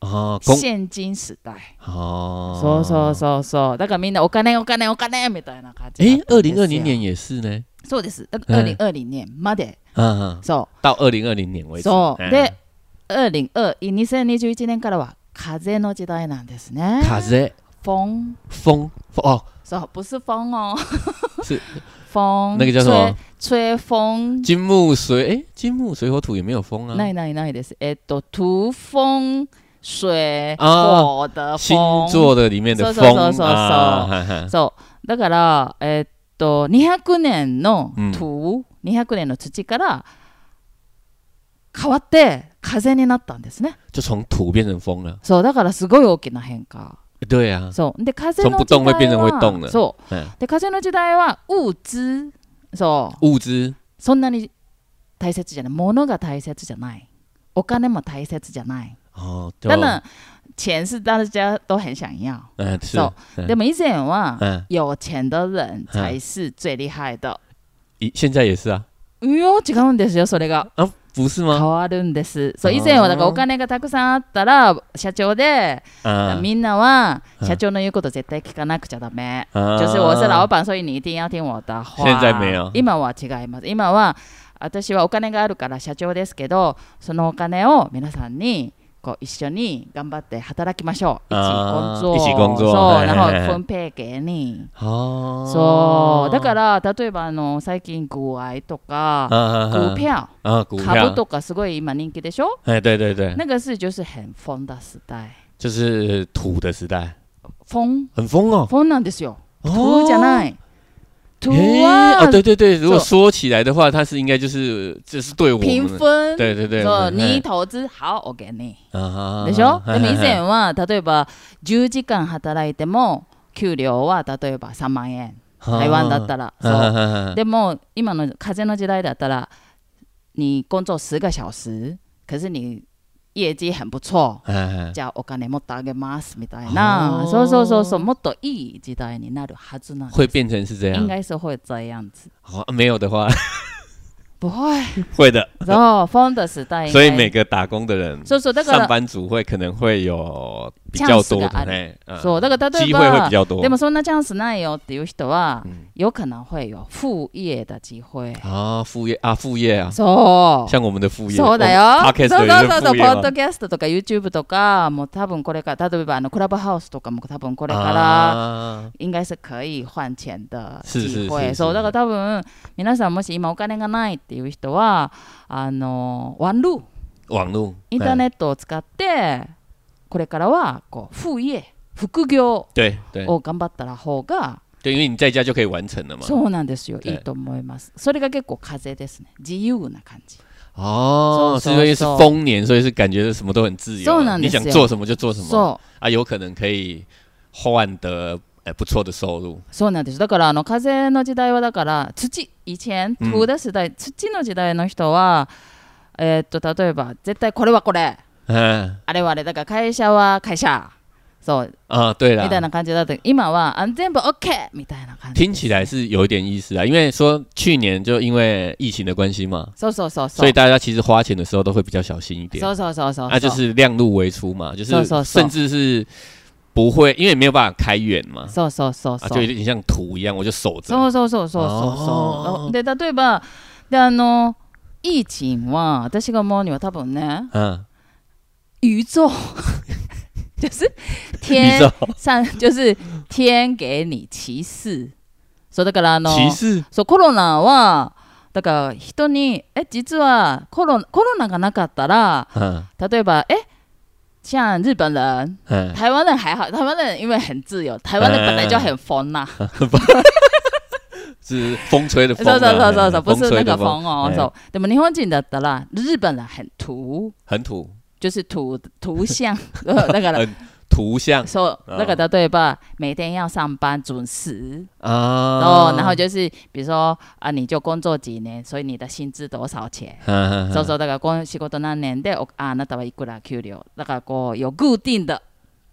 [SPEAKER 2] 哦，工
[SPEAKER 1] 現金時代
[SPEAKER 2] 哦，
[SPEAKER 1] そうそうそうそうだからみんなお金お金お金みたいな感じだ
[SPEAKER 2] 诶
[SPEAKER 1] っ，た
[SPEAKER 2] 二
[SPEAKER 1] んです
[SPEAKER 2] 零
[SPEAKER 1] よ
[SPEAKER 2] 二零年也是呢，
[SPEAKER 1] そうです。だか
[SPEAKER 2] う
[SPEAKER 1] ら
[SPEAKER 2] ん
[SPEAKER 1] 2020年まで。
[SPEAKER 2] 嗯嗯，
[SPEAKER 1] そ
[SPEAKER 2] 到二零二零年
[SPEAKER 1] う。
[SPEAKER 2] 为止。
[SPEAKER 1] そう。
[SPEAKER 2] 嗯
[SPEAKER 1] で、2020 2021年からは風の時代なんですね。
[SPEAKER 2] 風
[SPEAKER 1] 风。
[SPEAKER 2] 风风哦，
[SPEAKER 1] そう、不是风哦。
[SPEAKER 2] 是
[SPEAKER 1] 风。
[SPEAKER 2] 那个叫什么
[SPEAKER 1] 吹吹风。
[SPEAKER 2] 金木水哎，金木水火土也没有风
[SPEAKER 1] ない
[SPEAKER 2] 啊。
[SPEAKER 1] ないないです。えっと、土风水
[SPEAKER 2] あ
[SPEAKER 1] 火
[SPEAKER 2] ー
[SPEAKER 1] 的
[SPEAKER 2] 星
[SPEAKER 1] 风。
[SPEAKER 2] 座的里面的
[SPEAKER 1] 嗖嗖
[SPEAKER 2] 风
[SPEAKER 1] 嗖
[SPEAKER 2] 啊，
[SPEAKER 1] 嗖
[SPEAKER 2] 哈哈
[SPEAKER 1] そう。だから、えっと、200年の土、200年の土から変わって風になったんですね。
[SPEAKER 2] 就从土变成风了。
[SPEAKER 1] そう、だからすごい大きな変化。
[SPEAKER 2] 对啊，
[SPEAKER 1] そう。で、風の時代は
[SPEAKER 2] その不動会变成会動的
[SPEAKER 1] そう。
[SPEAKER 2] 嗯，
[SPEAKER 1] で、風の時代は物資。そう。
[SPEAKER 2] 物资
[SPEAKER 1] そんなに大切じゃない。物が大切じゃない。お金も大切じゃない。
[SPEAKER 2] 哦，就
[SPEAKER 1] ただ、钱是大家都很想要。
[SPEAKER 2] 嗯是
[SPEAKER 1] 走
[SPEAKER 2] 嗯
[SPEAKER 1] でも以前は
[SPEAKER 2] 嗯，
[SPEAKER 1] 有钱的人才是最厉害的。
[SPEAKER 2] 一现在也是啊
[SPEAKER 1] うよ、違うんですよ、それが。
[SPEAKER 2] 啊，不是
[SPEAKER 1] 変
[SPEAKER 2] 吗？
[SPEAKER 1] わるんです。そう、
[SPEAKER 2] あー
[SPEAKER 1] 以前はだからお金がたくさんあったら、社長で、
[SPEAKER 2] 啊，
[SPEAKER 1] みんなは
[SPEAKER 2] うん
[SPEAKER 1] 社長の言うこと絶対聞かなくちゃダメ。
[SPEAKER 2] 啊
[SPEAKER 1] 就是我是老板，所以你一定要听我的话。
[SPEAKER 2] 现在没有
[SPEAKER 1] 今は違います。今は私はお金があるから社長ですけど、そのお金を皆さんにこう一緒に頑張って働きましょう。一起工
[SPEAKER 2] あー
[SPEAKER 1] 作。
[SPEAKER 2] 一起工
[SPEAKER 1] そ
[SPEAKER 2] 作は
[SPEAKER 1] う、
[SPEAKER 2] いはい
[SPEAKER 1] 然
[SPEAKER 2] はい
[SPEAKER 1] 后分配给你。
[SPEAKER 2] 哦，
[SPEAKER 1] そう。だから例えばあの最近具合とか
[SPEAKER 2] 啊
[SPEAKER 1] 股票、
[SPEAKER 2] 啊股
[SPEAKER 1] 株
[SPEAKER 2] 票，
[SPEAKER 1] とかすごい今人気でしょ？
[SPEAKER 2] 哎对对对，
[SPEAKER 1] 那个是就是很疯的时代。
[SPEAKER 2] 就是土的时代，
[SPEAKER 1] 疯
[SPEAKER 2] 很疯哦，
[SPEAKER 1] 疯なんですよ。
[SPEAKER 2] 哦
[SPEAKER 1] 土じゃない。土啊
[SPEAKER 2] 诶
[SPEAKER 1] は
[SPEAKER 2] 哦，对对对，如果
[SPEAKER 1] 做
[SPEAKER 2] 说起来的话，它是应该就是这是对我
[SPEAKER 1] 平
[SPEAKER 2] 们的，
[SPEAKER 1] 分。
[SPEAKER 2] 对对对，
[SPEAKER 1] そう、
[SPEAKER 2] 我们
[SPEAKER 1] に投資、好、おげに。
[SPEAKER 2] 哎啊
[SPEAKER 1] でしょで
[SPEAKER 2] 嗨
[SPEAKER 1] も以前
[SPEAKER 2] 嗨
[SPEAKER 1] は、例えば、10時間働いても、給料は例えば3万円。
[SPEAKER 2] 嗨
[SPEAKER 1] 台湾だったら。
[SPEAKER 2] 啊啊
[SPEAKER 1] そ
[SPEAKER 2] 啊啊
[SPEAKER 1] う。でも、今の風の時代だったら、你工作10个小时、可是你业绩很不错。
[SPEAKER 2] 哎
[SPEAKER 1] じゃあお金もっとあげますみたい
[SPEAKER 2] あ
[SPEAKER 1] な
[SPEAKER 2] ー。
[SPEAKER 1] そうそうそうそう、もっといい時代になるはずなんです。
[SPEAKER 2] 会变成是这
[SPEAKER 1] 应
[SPEAKER 2] 样，
[SPEAKER 1] 该是会这样子。
[SPEAKER 2] 好啊没有的话
[SPEAKER 1] 不会。
[SPEAKER 2] 会的，
[SPEAKER 1] そう、フォンドス大
[SPEAKER 2] 所以每个打工的人。
[SPEAKER 1] そうそう、だか
[SPEAKER 2] 上
[SPEAKER 1] ら、
[SPEAKER 2] 班族会可能会有比较多
[SPEAKER 1] チャン
[SPEAKER 2] 的
[SPEAKER 1] スがある
[SPEAKER 2] 哎，嗯
[SPEAKER 1] そう、だから例え
[SPEAKER 2] 机会
[SPEAKER 1] ば、
[SPEAKER 2] 会比较多。
[SPEAKER 1] でもそんなチャンスないよっていう人は、
[SPEAKER 2] 嗯
[SPEAKER 1] 有可能会有副业的机会。
[SPEAKER 2] 啊，副业啊，副业啊，
[SPEAKER 1] そう。
[SPEAKER 2] 像我们的副业，
[SPEAKER 1] そうだよ。そうう
[SPEAKER 2] ，podcast
[SPEAKER 1] そうそう
[SPEAKER 2] 也
[SPEAKER 1] そう、
[SPEAKER 2] 是
[SPEAKER 1] ポ
[SPEAKER 2] 副业
[SPEAKER 1] ッド
[SPEAKER 2] 嘛。
[SPEAKER 1] キャストとか YouTube とか、もう多分これから、例えばあのクラブハウスとかも多分これから、
[SPEAKER 2] 啊，
[SPEAKER 1] 应该是可以换钱的
[SPEAKER 2] 是是
[SPEAKER 1] 机
[SPEAKER 2] 是
[SPEAKER 1] 会。
[SPEAKER 2] 是
[SPEAKER 1] そう、だから多分、皆さんもし今お金がないっていう人は、あの、ワンルー、
[SPEAKER 2] 网络，
[SPEAKER 1] インター
[SPEAKER 2] 嗯
[SPEAKER 1] ネットを使って、これからは、こう、副業、副業。
[SPEAKER 2] 对对，
[SPEAKER 1] を頑張ったら方が
[SPEAKER 2] 对，因为你在家就可以完成了嘛。
[SPEAKER 1] そうなんですよ
[SPEAKER 2] はい
[SPEAKER 1] いいと思いますそれが結構風ですね自由な感じ
[SPEAKER 2] 哦，是
[SPEAKER 1] そうそう
[SPEAKER 2] 因为是
[SPEAKER 1] そう
[SPEAKER 2] 丰年，所以是感觉什么都很自由
[SPEAKER 1] そうな
[SPEAKER 2] 啊，
[SPEAKER 1] ん
[SPEAKER 2] 你
[SPEAKER 1] ですよ
[SPEAKER 2] 想做什么就做什么
[SPEAKER 1] そ
[SPEAKER 2] 啊，有可能可以换得哎不错的收入
[SPEAKER 1] うそうなんですだからあの風の時代はだから土以前
[SPEAKER 2] うん
[SPEAKER 1] 土だ世代、土の時代の人はえーっと例えば絶対これはこれ
[SPEAKER 2] 嗯
[SPEAKER 1] あれはあれだから会社は会社そう
[SPEAKER 2] 啊。对
[SPEAKER 1] みたい
[SPEAKER 2] 了，
[SPEAKER 1] な感じだった今はあ全部 OK みたいな感じ
[SPEAKER 2] 听起来是有一点意思啊，因为说去年就因为疫情的关系嘛，
[SPEAKER 1] そうそうそうそ
[SPEAKER 2] 所
[SPEAKER 1] う
[SPEAKER 2] 以大家其实花钱的时候都会比较小心一点
[SPEAKER 1] そ。うそうそうそう
[SPEAKER 2] 啊，就是量入为出嘛，就是
[SPEAKER 1] 嗖嗖嗖
[SPEAKER 2] 甚至是不会，因为没有办法开远嘛，
[SPEAKER 1] そうそうそうそ
[SPEAKER 2] 啊，
[SPEAKER 1] う
[SPEAKER 2] 就有点像土一样，我就守着。
[SPEAKER 1] そうそうそうそうそう
[SPEAKER 2] あ
[SPEAKER 1] そうで例えばであのイーチンは私が思うには多分ね
[SPEAKER 2] 嗯，
[SPEAKER 1] 宇宙 就是
[SPEAKER 2] 你
[SPEAKER 1] 天
[SPEAKER 2] 知道
[SPEAKER 1] 上就是天给你歧视そうだからあの
[SPEAKER 2] 歧视
[SPEAKER 1] そうコロナはだから人にえ実はコロコロナがなかったら
[SPEAKER 2] 嗯
[SPEAKER 1] 例えばえ像日本人、
[SPEAKER 2] 嗯，
[SPEAKER 1] 台湾人还好，台湾人因为很自由，台湾人本来就很疯呐、
[SPEAKER 2] 是风吹的
[SPEAKER 1] そ
[SPEAKER 2] 风、啊，
[SPEAKER 1] うそうそうそうそう、
[SPEAKER 2] 嗯
[SPEAKER 1] 不是那
[SPEAKER 2] 吹
[SPEAKER 1] 个
[SPEAKER 2] 的
[SPEAKER 1] 风哦。
[SPEAKER 2] 哎
[SPEAKER 1] そうでも日本人だったら、日本人很土，
[SPEAKER 2] 很土
[SPEAKER 1] 就是土图像。 呃だから、
[SPEAKER 2] 很图 像
[SPEAKER 1] そう、
[SPEAKER 2] あ
[SPEAKER 1] だから例えば、每天要上班准时。
[SPEAKER 2] 啊
[SPEAKER 1] 哦，然后就是，比如说啊，你就工作几年，所以你的薪资多少钱？
[SPEAKER 2] 嗯嗯
[SPEAKER 1] そう
[SPEAKER 2] 嗯
[SPEAKER 1] そう、だからこの仕事何年で、おああなたはいくら給料。だからこう、有固定的。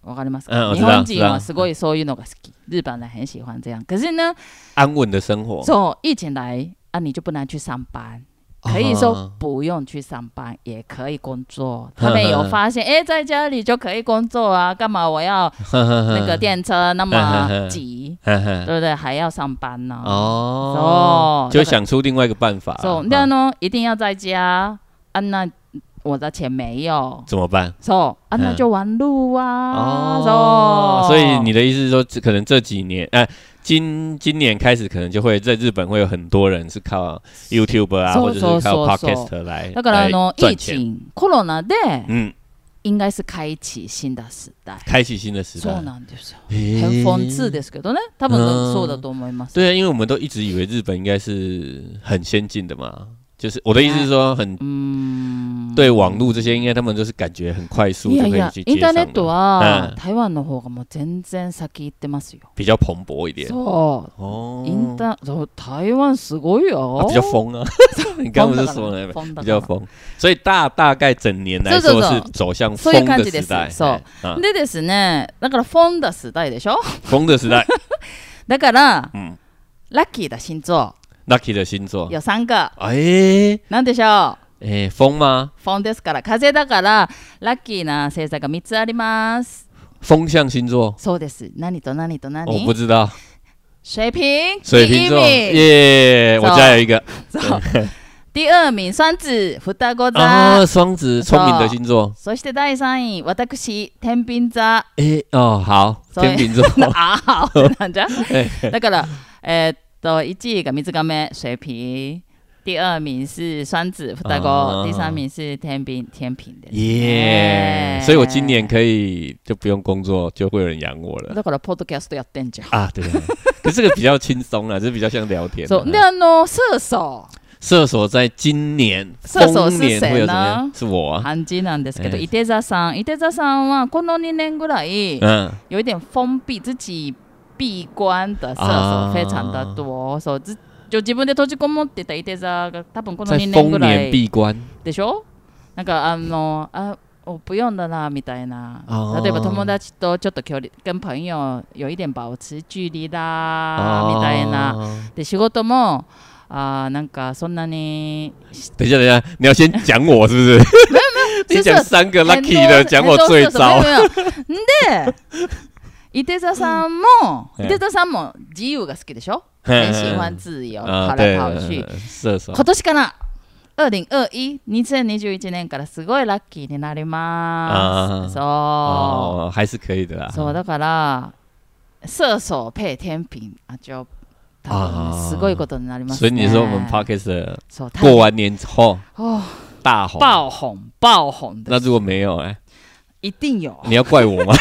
[SPEAKER 1] わかります
[SPEAKER 2] うん
[SPEAKER 1] か
[SPEAKER 2] 嗯我
[SPEAKER 1] 日
[SPEAKER 2] 知道嗯
[SPEAKER 1] 本人はすごいそういうのが好き。日本人很喜欢这样。可是呢，
[SPEAKER 2] 安稳的生活，
[SPEAKER 1] そう、疫情来啊，你就不能去上班，可以说
[SPEAKER 2] 哦
[SPEAKER 1] 不用去上班，也可以工 作。他们有发现，哎，在家里就可以工作啊，干嘛我要
[SPEAKER 2] 那
[SPEAKER 1] 那个电车那么
[SPEAKER 2] 嗯
[SPEAKER 1] 挤？ 离，
[SPEAKER 2] 嗯
[SPEAKER 1] 对不对？还要上班呢、
[SPEAKER 2] 啊哦，
[SPEAKER 1] そう
[SPEAKER 2] 就想出另外一个办法，
[SPEAKER 1] そう
[SPEAKER 2] 嗯
[SPEAKER 1] であの一定要在家啊，那我的钱没有，
[SPEAKER 2] 怎么办？
[SPEAKER 1] そう啊，
[SPEAKER 2] 嗯
[SPEAKER 1] 那就玩路啊，そう
[SPEAKER 2] 所以你的意思是说，这可能这几年，哎、今今年开始，可能就会在日本会有很多人是靠 YouTube 啊，
[SPEAKER 1] そう
[SPEAKER 2] 或者
[SPEAKER 1] そう
[SPEAKER 2] 是靠
[SPEAKER 1] そうそう
[SPEAKER 2] Podcast 来
[SPEAKER 1] だからあ
[SPEAKER 2] 来
[SPEAKER 1] の疫
[SPEAKER 2] 赚钱。
[SPEAKER 1] 情コロナで
[SPEAKER 2] 嗯，
[SPEAKER 1] 应该是開启新的时代。
[SPEAKER 2] 开启新的时代，
[SPEAKER 1] そうなんですよ。
[SPEAKER 2] 嘿
[SPEAKER 1] 很讽刺ですけどね。多分
[SPEAKER 2] 嗯
[SPEAKER 1] そうだと思います。
[SPEAKER 2] 对啊，因为我们都一直以为日本应该是很先进的嘛，就是我的意思是说很，对网络这些，应该他们就是感觉很快速
[SPEAKER 1] い
[SPEAKER 2] 就
[SPEAKER 1] やい
[SPEAKER 2] 可以
[SPEAKER 1] や
[SPEAKER 2] 去、
[SPEAKER 1] イン
[SPEAKER 2] 接
[SPEAKER 1] ター
[SPEAKER 2] 上
[SPEAKER 1] ネット
[SPEAKER 2] 的，
[SPEAKER 1] は
[SPEAKER 2] うん
[SPEAKER 1] 台湾の方がもう全然先行ってますよ。
[SPEAKER 2] 比较蓬勃一点
[SPEAKER 1] そ
[SPEAKER 2] 哦
[SPEAKER 1] う、インターそう台湾すごい
[SPEAKER 2] 啊
[SPEAKER 1] よ。
[SPEAKER 2] 比较疯啊， 你刚不是说了
[SPEAKER 1] 疯だから
[SPEAKER 2] 比较疯，所以大大概整年来
[SPEAKER 1] そう
[SPEAKER 2] 说
[SPEAKER 1] そう
[SPEAKER 2] 是
[SPEAKER 1] そう
[SPEAKER 2] 走向
[SPEAKER 1] そういう
[SPEAKER 2] 疯
[SPEAKER 1] 感
[SPEAKER 2] 的
[SPEAKER 1] じで
[SPEAKER 2] 时
[SPEAKER 1] す
[SPEAKER 2] 代，
[SPEAKER 1] そう
[SPEAKER 2] 哎 啊，
[SPEAKER 1] でですね、だからフォンダ世代でしょ
[SPEAKER 2] 疯的时代。
[SPEAKER 1] だから、
[SPEAKER 2] 嗯
[SPEAKER 1] ラッキーだ心臓。
[SPEAKER 2] ，Lucky 的星座，
[SPEAKER 1] 予算が。
[SPEAKER 2] 哎
[SPEAKER 1] なんでしょ
[SPEAKER 2] 哎，疯吗
[SPEAKER 1] う？フォンですから、風だから、ラッキーな星座が3つあります。
[SPEAKER 2] 风象星座，
[SPEAKER 1] そうです。何と何と何
[SPEAKER 2] 我不知道，
[SPEAKER 1] 水瓶，
[SPEAKER 2] 水
[SPEAKER 1] 第一
[SPEAKER 2] 瓶座，
[SPEAKER 1] 名，
[SPEAKER 2] 耶，我
[SPEAKER 1] 走
[SPEAKER 2] 家有一个
[SPEAKER 1] 第二名双子福田座、
[SPEAKER 2] 啊，双子，聪明的星座，
[SPEAKER 1] そして第三位私天秤 座。
[SPEAKER 2] 哎哦，好，
[SPEAKER 1] 所以
[SPEAKER 2] 天 秤座，
[SPEAKER 1] ああ、なんじ ゃ。だからえーっと一位が水亀水瓶。第二名是双子福田座
[SPEAKER 2] あー
[SPEAKER 1] 第三名是天秤天秤です
[SPEAKER 2] 耶
[SPEAKER 1] ね。，
[SPEAKER 2] 所以我今年可以就不用工作，就会有人养我了
[SPEAKER 1] だからポッドキャストやってんじゃん。
[SPEAKER 2] 啊，对啊，可是这个比较轻松啊，这比较像聊天啊。
[SPEAKER 1] そうであのそうそ
[SPEAKER 2] 射手在今年
[SPEAKER 1] 射手是
[SPEAKER 2] 丰年会有
[SPEAKER 1] 谁
[SPEAKER 2] 怎么样
[SPEAKER 1] 呢？
[SPEAKER 2] 是
[SPEAKER 1] う
[SPEAKER 2] 我啊，
[SPEAKER 1] 感じなんですけど、
[SPEAKER 2] えー
[SPEAKER 1] 伊手座さん伊手座さんはこの2年ぐらい。
[SPEAKER 2] 嗯，
[SPEAKER 1] 有一点封闭自己闭关的射
[SPEAKER 2] 啊
[SPEAKER 1] 手非常的多，所以自就自分で閉じこもってた伊手座が多分この
[SPEAKER 2] 在
[SPEAKER 1] 2年ぐ
[SPEAKER 2] 丰
[SPEAKER 1] ら
[SPEAKER 2] 年
[SPEAKER 1] い
[SPEAKER 2] 闭关
[SPEAKER 1] でしょなんかあのあ我不用的啦みたいな
[SPEAKER 2] あー
[SPEAKER 1] 例えば友達とちょっと距離跟朋友有一点保持距離だ
[SPEAKER 2] 啊，
[SPEAKER 1] みたいなで仕事もあーなんかそんなに
[SPEAKER 2] 等一下，等一下，你要先讲我是不是？
[SPEAKER 1] 没有
[SPEAKER 2] 你讲三个 lucky 的，讲我最
[SPEAKER 1] 很多。射
[SPEAKER 2] 糟
[SPEAKER 1] 手没有没有 んで伊手座さんも
[SPEAKER 2] うん
[SPEAKER 1] 伊手座さんも自由が好きでしょ
[SPEAKER 2] 嗯
[SPEAKER 1] 很喜欢自由，跑
[SPEAKER 2] 啊，
[SPEAKER 1] 来
[SPEAKER 2] 对
[SPEAKER 1] 跑去。，
[SPEAKER 2] 射手
[SPEAKER 1] 今年かな2021、2021年からすごいラッキーになり啊ます。そ
[SPEAKER 2] 啊哦，还是可以的啦
[SPEAKER 1] う。。そうだから、射手ペイ天秤あちょ多分
[SPEAKER 2] あー
[SPEAKER 1] すごいことになります
[SPEAKER 2] 所
[SPEAKER 1] ね。
[SPEAKER 2] 以你说我
[SPEAKER 1] 哎
[SPEAKER 2] 们 podcast 的
[SPEAKER 1] そう多分
[SPEAKER 2] 过完年之后
[SPEAKER 1] 哦
[SPEAKER 2] 大红，
[SPEAKER 1] 爆红爆红
[SPEAKER 2] 那
[SPEAKER 1] 的，
[SPEAKER 2] 如果没有哎，
[SPEAKER 1] 一定有，
[SPEAKER 2] 你要 怪我吗？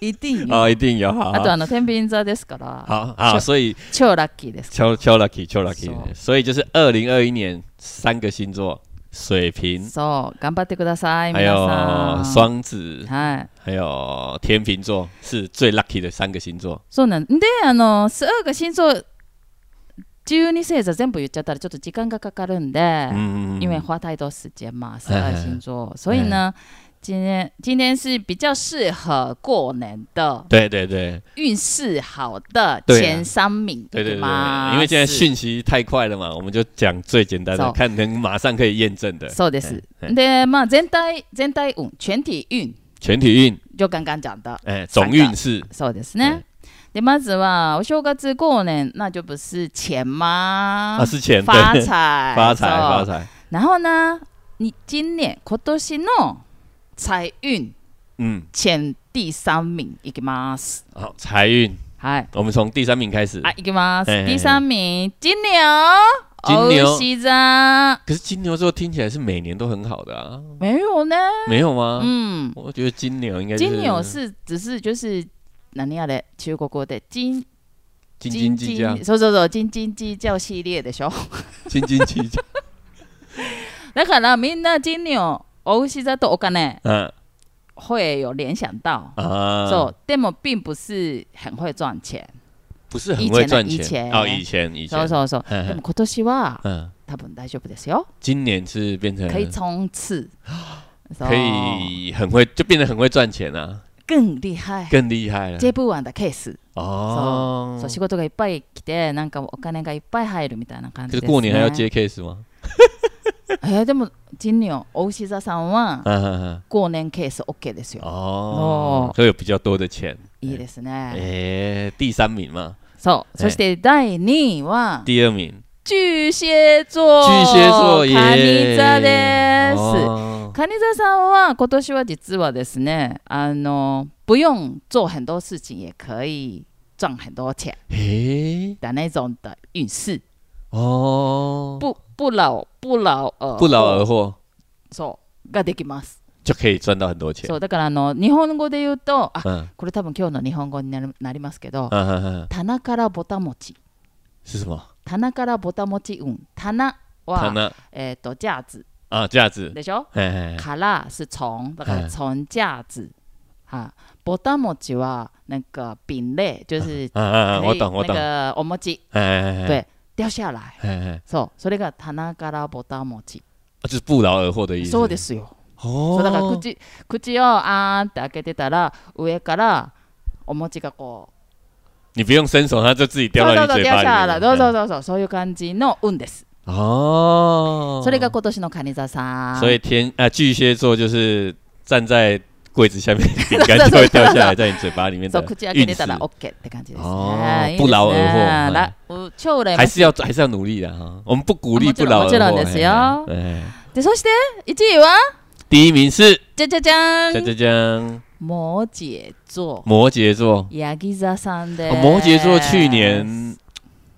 [SPEAKER 1] 一定有。
[SPEAKER 2] 哦，一定有，好
[SPEAKER 1] あと
[SPEAKER 2] 好
[SPEAKER 1] あの天秤座ですから、
[SPEAKER 2] 好好，所以
[SPEAKER 1] 超ラッキーです。
[SPEAKER 2] 超超 lucky，超 lucky
[SPEAKER 1] そう
[SPEAKER 2] 的。所以就是二零二一年三个星座：水瓶，
[SPEAKER 1] そう、頑張ってください、
[SPEAKER 2] 还
[SPEAKER 1] 皆
[SPEAKER 2] 有
[SPEAKER 1] さん。
[SPEAKER 2] 双子，
[SPEAKER 1] はい。
[SPEAKER 2] 还有天秤座，是最 lucky 的三个星座。
[SPEAKER 1] そうなんで、あの、すぐ心臓、12星座全部言っちゃったらちょっと時間がかかるんで、哎
[SPEAKER 2] 嗯，
[SPEAKER 1] 因为花太多时间嘛，十
[SPEAKER 2] 哎
[SPEAKER 1] 二
[SPEAKER 2] 哎
[SPEAKER 1] 星座，所以呢，今天今天是比较适合过年的
[SPEAKER 2] 对对对
[SPEAKER 1] 运势好的
[SPEAKER 2] 对啊
[SPEAKER 1] 前三名，
[SPEAKER 2] 对对
[SPEAKER 1] 吗？
[SPEAKER 2] 对，因为现在
[SPEAKER 1] 是
[SPEAKER 2] 讯息太快了嘛，我们就讲最简单的，
[SPEAKER 1] 走
[SPEAKER 2] 看能马上可以验证的
[SPEAKER 1] そうです。
[SPEAKER 2] 哎
[SPEAKER 1] で、まあ全体全体運、全体運、
[SPEAKER 2] 全体运，
[SPEAKER 1] 就刚刚讲的。
[SPEAKER 2] 哎，总运势
[SPEAKER 1] そうですね。で、まずは、お正月过年、那就不是钱吗？
[SPEAKER 2] 啊，是钱对
[SPEAKER 1] 发财，
[SPEAKER 2] 发财发
[SPEAKER 1] 财。
[SPEAKER 2] 财，
[SPEAKER 1] 然后呢，你今年今年の财运
[SPEAKER 2] 嗯，
[SPEAKER 1] 前第三名いきます。
[SPEAKER 2] 好财运，
[SPEAKER 1] はい。
[SPEAKER 2] 我们从第三名开始
[SPEAKER 1] あ、。いきます。
[SPEAKER 2] ええ
[SPEAKER 1] 第三名、金牛。
[SPEAKER 2] 金牛
[SPEAKER 1] お牛座。
[SPEAKER 2] 可是金牛座听起来是每年都很好的啊，
[SPEAKER 1] 没有呢。
[SPEAKER 2] 没有吗？
[SPEAKER 1] 嗯，
[SPEAKER 2] 我觉得金牛应该就是
[SPEAKER 1] 金牛是只是就是。何あれ中国語で金
[SPEAKER 2] 斤斤计较，
[SPEAKER 1] そうそうそう斤斤計較系列でしょ
[SPEAKER 2] 斤斤 计较。
[SPEAKER 1] だからみんな金牛お牛座とお金
[SPEAKER 2] 嗯
[SPEAKER 1] 会有联想到
[SPEAKER 2] 啊，
[SPEAKER 1] そうでも并不是很会赚钱。
[SPEAKER 2] 不是很会赚
[SPEAKER 1] 以前
[SPEAKER 2] 钱
[SPEAKER 1] 啊
[SPEAKER 2] 哦，以前以
[SPEAKER 1] そう
[SPEAKER 2] 前，
[SPEAKER 1] そうそう。
[SPEAKER 2] 嗯
[SPEAKER 1] でも今年は
[SPEAKER 2] 嗯，
[SPEAKER 1] 多分大丈夫ですよ。
[SPEAKER 2] 今年是变成
[SPEAKER 1] 可以冲 刺，そう
[SPEAKER 2] 可以很会，就变得很会赚钱啊，
[SPEAKER 1] 更厉害。
[SPEAKER 2] 更厉害了
[SPEAKER 1] ジェブワンだケース。
[SPEAKER 2] 哦
[SPEAKER 1] そう。仕事がいっぱい来てなんかお金がいっぱい入るみたいな感じ
[SPEAKER 2] 可是
[SPEAKER 1] です、ね。
[SPEAKER 2] 过年还要接 case 吗？
[SPEAKER 1] えーでも人流お牛座さんは
[SPEAKER 2] 嗯嗯嗯
[SPEAKER 1] 五年ケース OK ですよ。哦
[SPEAKER 2] 哦，所以有比较多的钱，
[SPEAKER 1] いいですね。
[SPEAKER 2] 哎，第三名嘛，
[SPEAKER 1] そう。そして第2位は、
[SPEAKER 2] 第二名
[SPEAKER 1] 巨蟹座。
[SPEAKER 2] 巨蟹座耶，
[SPEAKER 1] カニ座です。
[SPEAKER 2] 哦
[SPEAKER 1] カニ座さんは今年は実はですね、あの、不用做很多事情也可以赚很多钱
[SPEAKER 2] 哎，
[SPEAKER 1] 的那种的运势。
[SPEAKER 2] 哦，
[SPEAKER 1] 不不老不老呃
[SPEAKER 2] 不劳而获
[SPEAKER 1] そうができます。
[SPEAKER 2] 就可以赚到很多钱。
[SPEAKER 1] そうだからあの日本語で言うとあ
[SPEAKER 2] 嗯
[SPEAKER 1] これ多分今日の日本語になるなりますけど、
[SPEAKER 2] 嗯嗯嗯，
[SPEAKER 1] 棚からぼたもち
[SPEAKER 2] 是什么？
[SPEAKER 1] 棚からぼたもち運棚
[SPEAKER 2] 他
[SPEAKER 1] は
[SPEAKER 2] 呢？
[SPEAKER 1] えっ、と架子
[SPEAKER 2] 啊，架子，
[SPEAKER 1] でしょ？
[SPEAKER 2] 哎哎，哎
[SPEAKER 1] から是从だから从架子はぼたもちはなんか饼类就是
[SPEAKER 2] 啊啊啊，
[SPEAKER 1] 可
[SPEAKER 2] 我
[SPEAKER 1] 以
[SPEAKER 2] 懂我懂，哎
[SPEAKER 1] 那个お餅
[SPEAKER 2] 哎哎，哎
[SPEAKER 1] 对掉下来
[SPEAKER 2] 哎哎，
[SPEAKER 1] そうそれが棚からぼたもち
[SPEAKER 2] 啊就是不劳而获的意思。
[SPEAKER 1] そうですよ。そ
[SPEAKER 2] 哦
[SPEAKER 1] うだから口口をあーんって開けてたら上からお餅がこう
[SPEAKER 2] 你不用伸手，它就自己
[SPEAKER 1] そ
[SPEAKER 2] 掉
[SPEAKER 1] うそうそう
[SPEAKER 2] 到你嘴
[SPEAKER 1] 掉下
[SPEAKER 2] 巴
[SPEAKER 1] 来
[SPEAKER 2] 里
[SPEAKER 1] 了そうそうそう
[SPEAKER 2] 面。嗯
[SPEAKER 1] そうそういう感じの運です、
[SPEAKER 2] 哦，
[SPEAKER 1] それが今年の蟹座さん
[SPEAKER 2] 所以天啊，巨蟹座就是站在柜 子下面，饼干就会掉下来在你嘴巴里面
[SPEAKER 1] そ
[SPEAKER 2] 的
[SPEAKER 1] う口開け
[SPEAKER 2] 运
[SPEAKER 1] て
[SPEAKER 2] 势
[SPEAKER 1] た，ら OK って感じですね
[SPEAKER 2] あー
[SPEAKER 1] いいですね
[SPEAKER 2] 不劳而获
[SPEAKER 1] らう超羨ま
[SPEAKER 2] 还
[SPEAKER 1] しい
[SPEAKER 2] 是要还是要努力的哈。我们不鼓励
[SPEAKER 1] 哎啊もち
[SPEAKER 2] 不
[SPEAKER 1] ろん
[SPEAKER 2] 劳
[SPEAKER 1] もちろん
[SPEAKER 2] 而获。
[SPEAKER 1] ですよ
[SPEAKER 2] 嘿嘿哎
[SPEAKER 1] でそして1位は
[SPEAKER 2] 第一名是
[SPEAKER 1] じゃじゃじゃ
[SPEAKER 2] 锵
[SPEAKER 1] ーん
[SPEAKER 2] 锵锵，
[SPEAKER 1] 摩羯座
[SPEAKER 2] 摩羯座。
[SPEAKER 1] ヤギ座さんで
[SPEAKER 2] 哦
[SPEAKER 1] す、
[SPEAKER 2] 摩羯座去年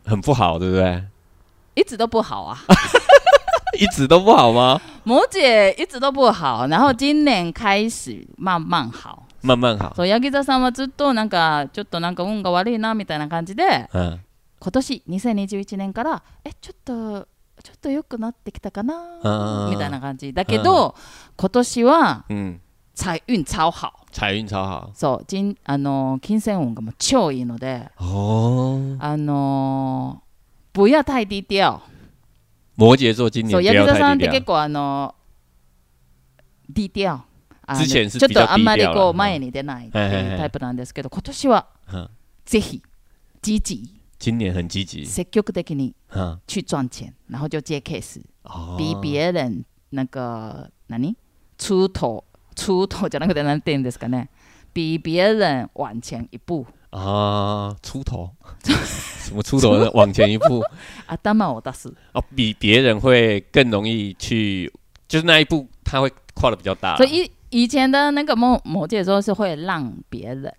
[SPEAKER 2] 很不好，对不对？
[SPEAKER 1] いつ都不好啊
[SPEAKER 2] 一直都不 好吗？
[SPEAKER 1] 摩羯いつ都不好然后今年开始慢慢好
[SPEAKER 2] 慢慢好，
[SPEAKER 1] そう、ヤギ座さんはずっとなんか、ちょっとなんか運が悪いなみたいな感じで、
[SPEAKER 2] 嗯，
[SPEAKER 1] 今年2021年から、え、ちょっと、ちょっと良くなってきたか
[SPEAKER 2] あ
[SPEAKER 1] な
[SPEAKER 2] ー
[SPEAKER 1] みたいな感じ。だけど、今年は
[SPEAKER 2] 嗯，
[SPEAKER 1] 財運超好。
[SPEAKER 2] 财运超好
[SPEAKER 1] そう、人あのー金銭運がもう超いいので、
[SPEAKER 2] 哦。
[SPEAKER 1] あのー、不要太低調。
[SPEAKER 2] 摩羯座今年
[SPEAKER 1] そう、
[SPEAKER 2] 不
[SPEAKER 1] ヤギ
[SPEAKER 2] 要
[SPEAKER 1] 座さ
[SPEAKER 2] 太
[SPEAKER 1] んっ
[SPEAKER 2] 低
[SPEAKER 1] て結
[SPEAKER 2] 调，
[SPEAKER 1] 構あのー、低調。あの
[SPEAKER 2] 之前是
[SPEAKER 1] ちょっ
[SPEAKER 2] 比較低調
[SPEAKER 1] とあんまりこ
[SPEAKER 2] 了
[SPEAKER 1] う前に出ないっていうタイプなんですけど、今年は
[SPEAKER 2] 嗯，
[SPEAKER 1] ぜひ、じじ
[SPEAKER 2] 今年很积极，
[SPEAKER 1] 積極的に
[SPEAKER 2] 嗯，
[SPEAKER 1] 去赚钱，然后就接 case，
[SPEAKER 2] 哦，
[SPEAKER 1] 比啊别人那个何出头出头じゃなくてなんて言うんですかね，比别人往前一步，哦
[SPEAKER 2] 啊，出 头，什么出头呢？往前一步
[SPEAKER 1] 頭を出す。
[SPEAKER 2] 啊，比别人会更容易去，就是那一步他会跨的比较大，
[SPEAKER 1] 所以以前的那个摩摩羯座是会让别人，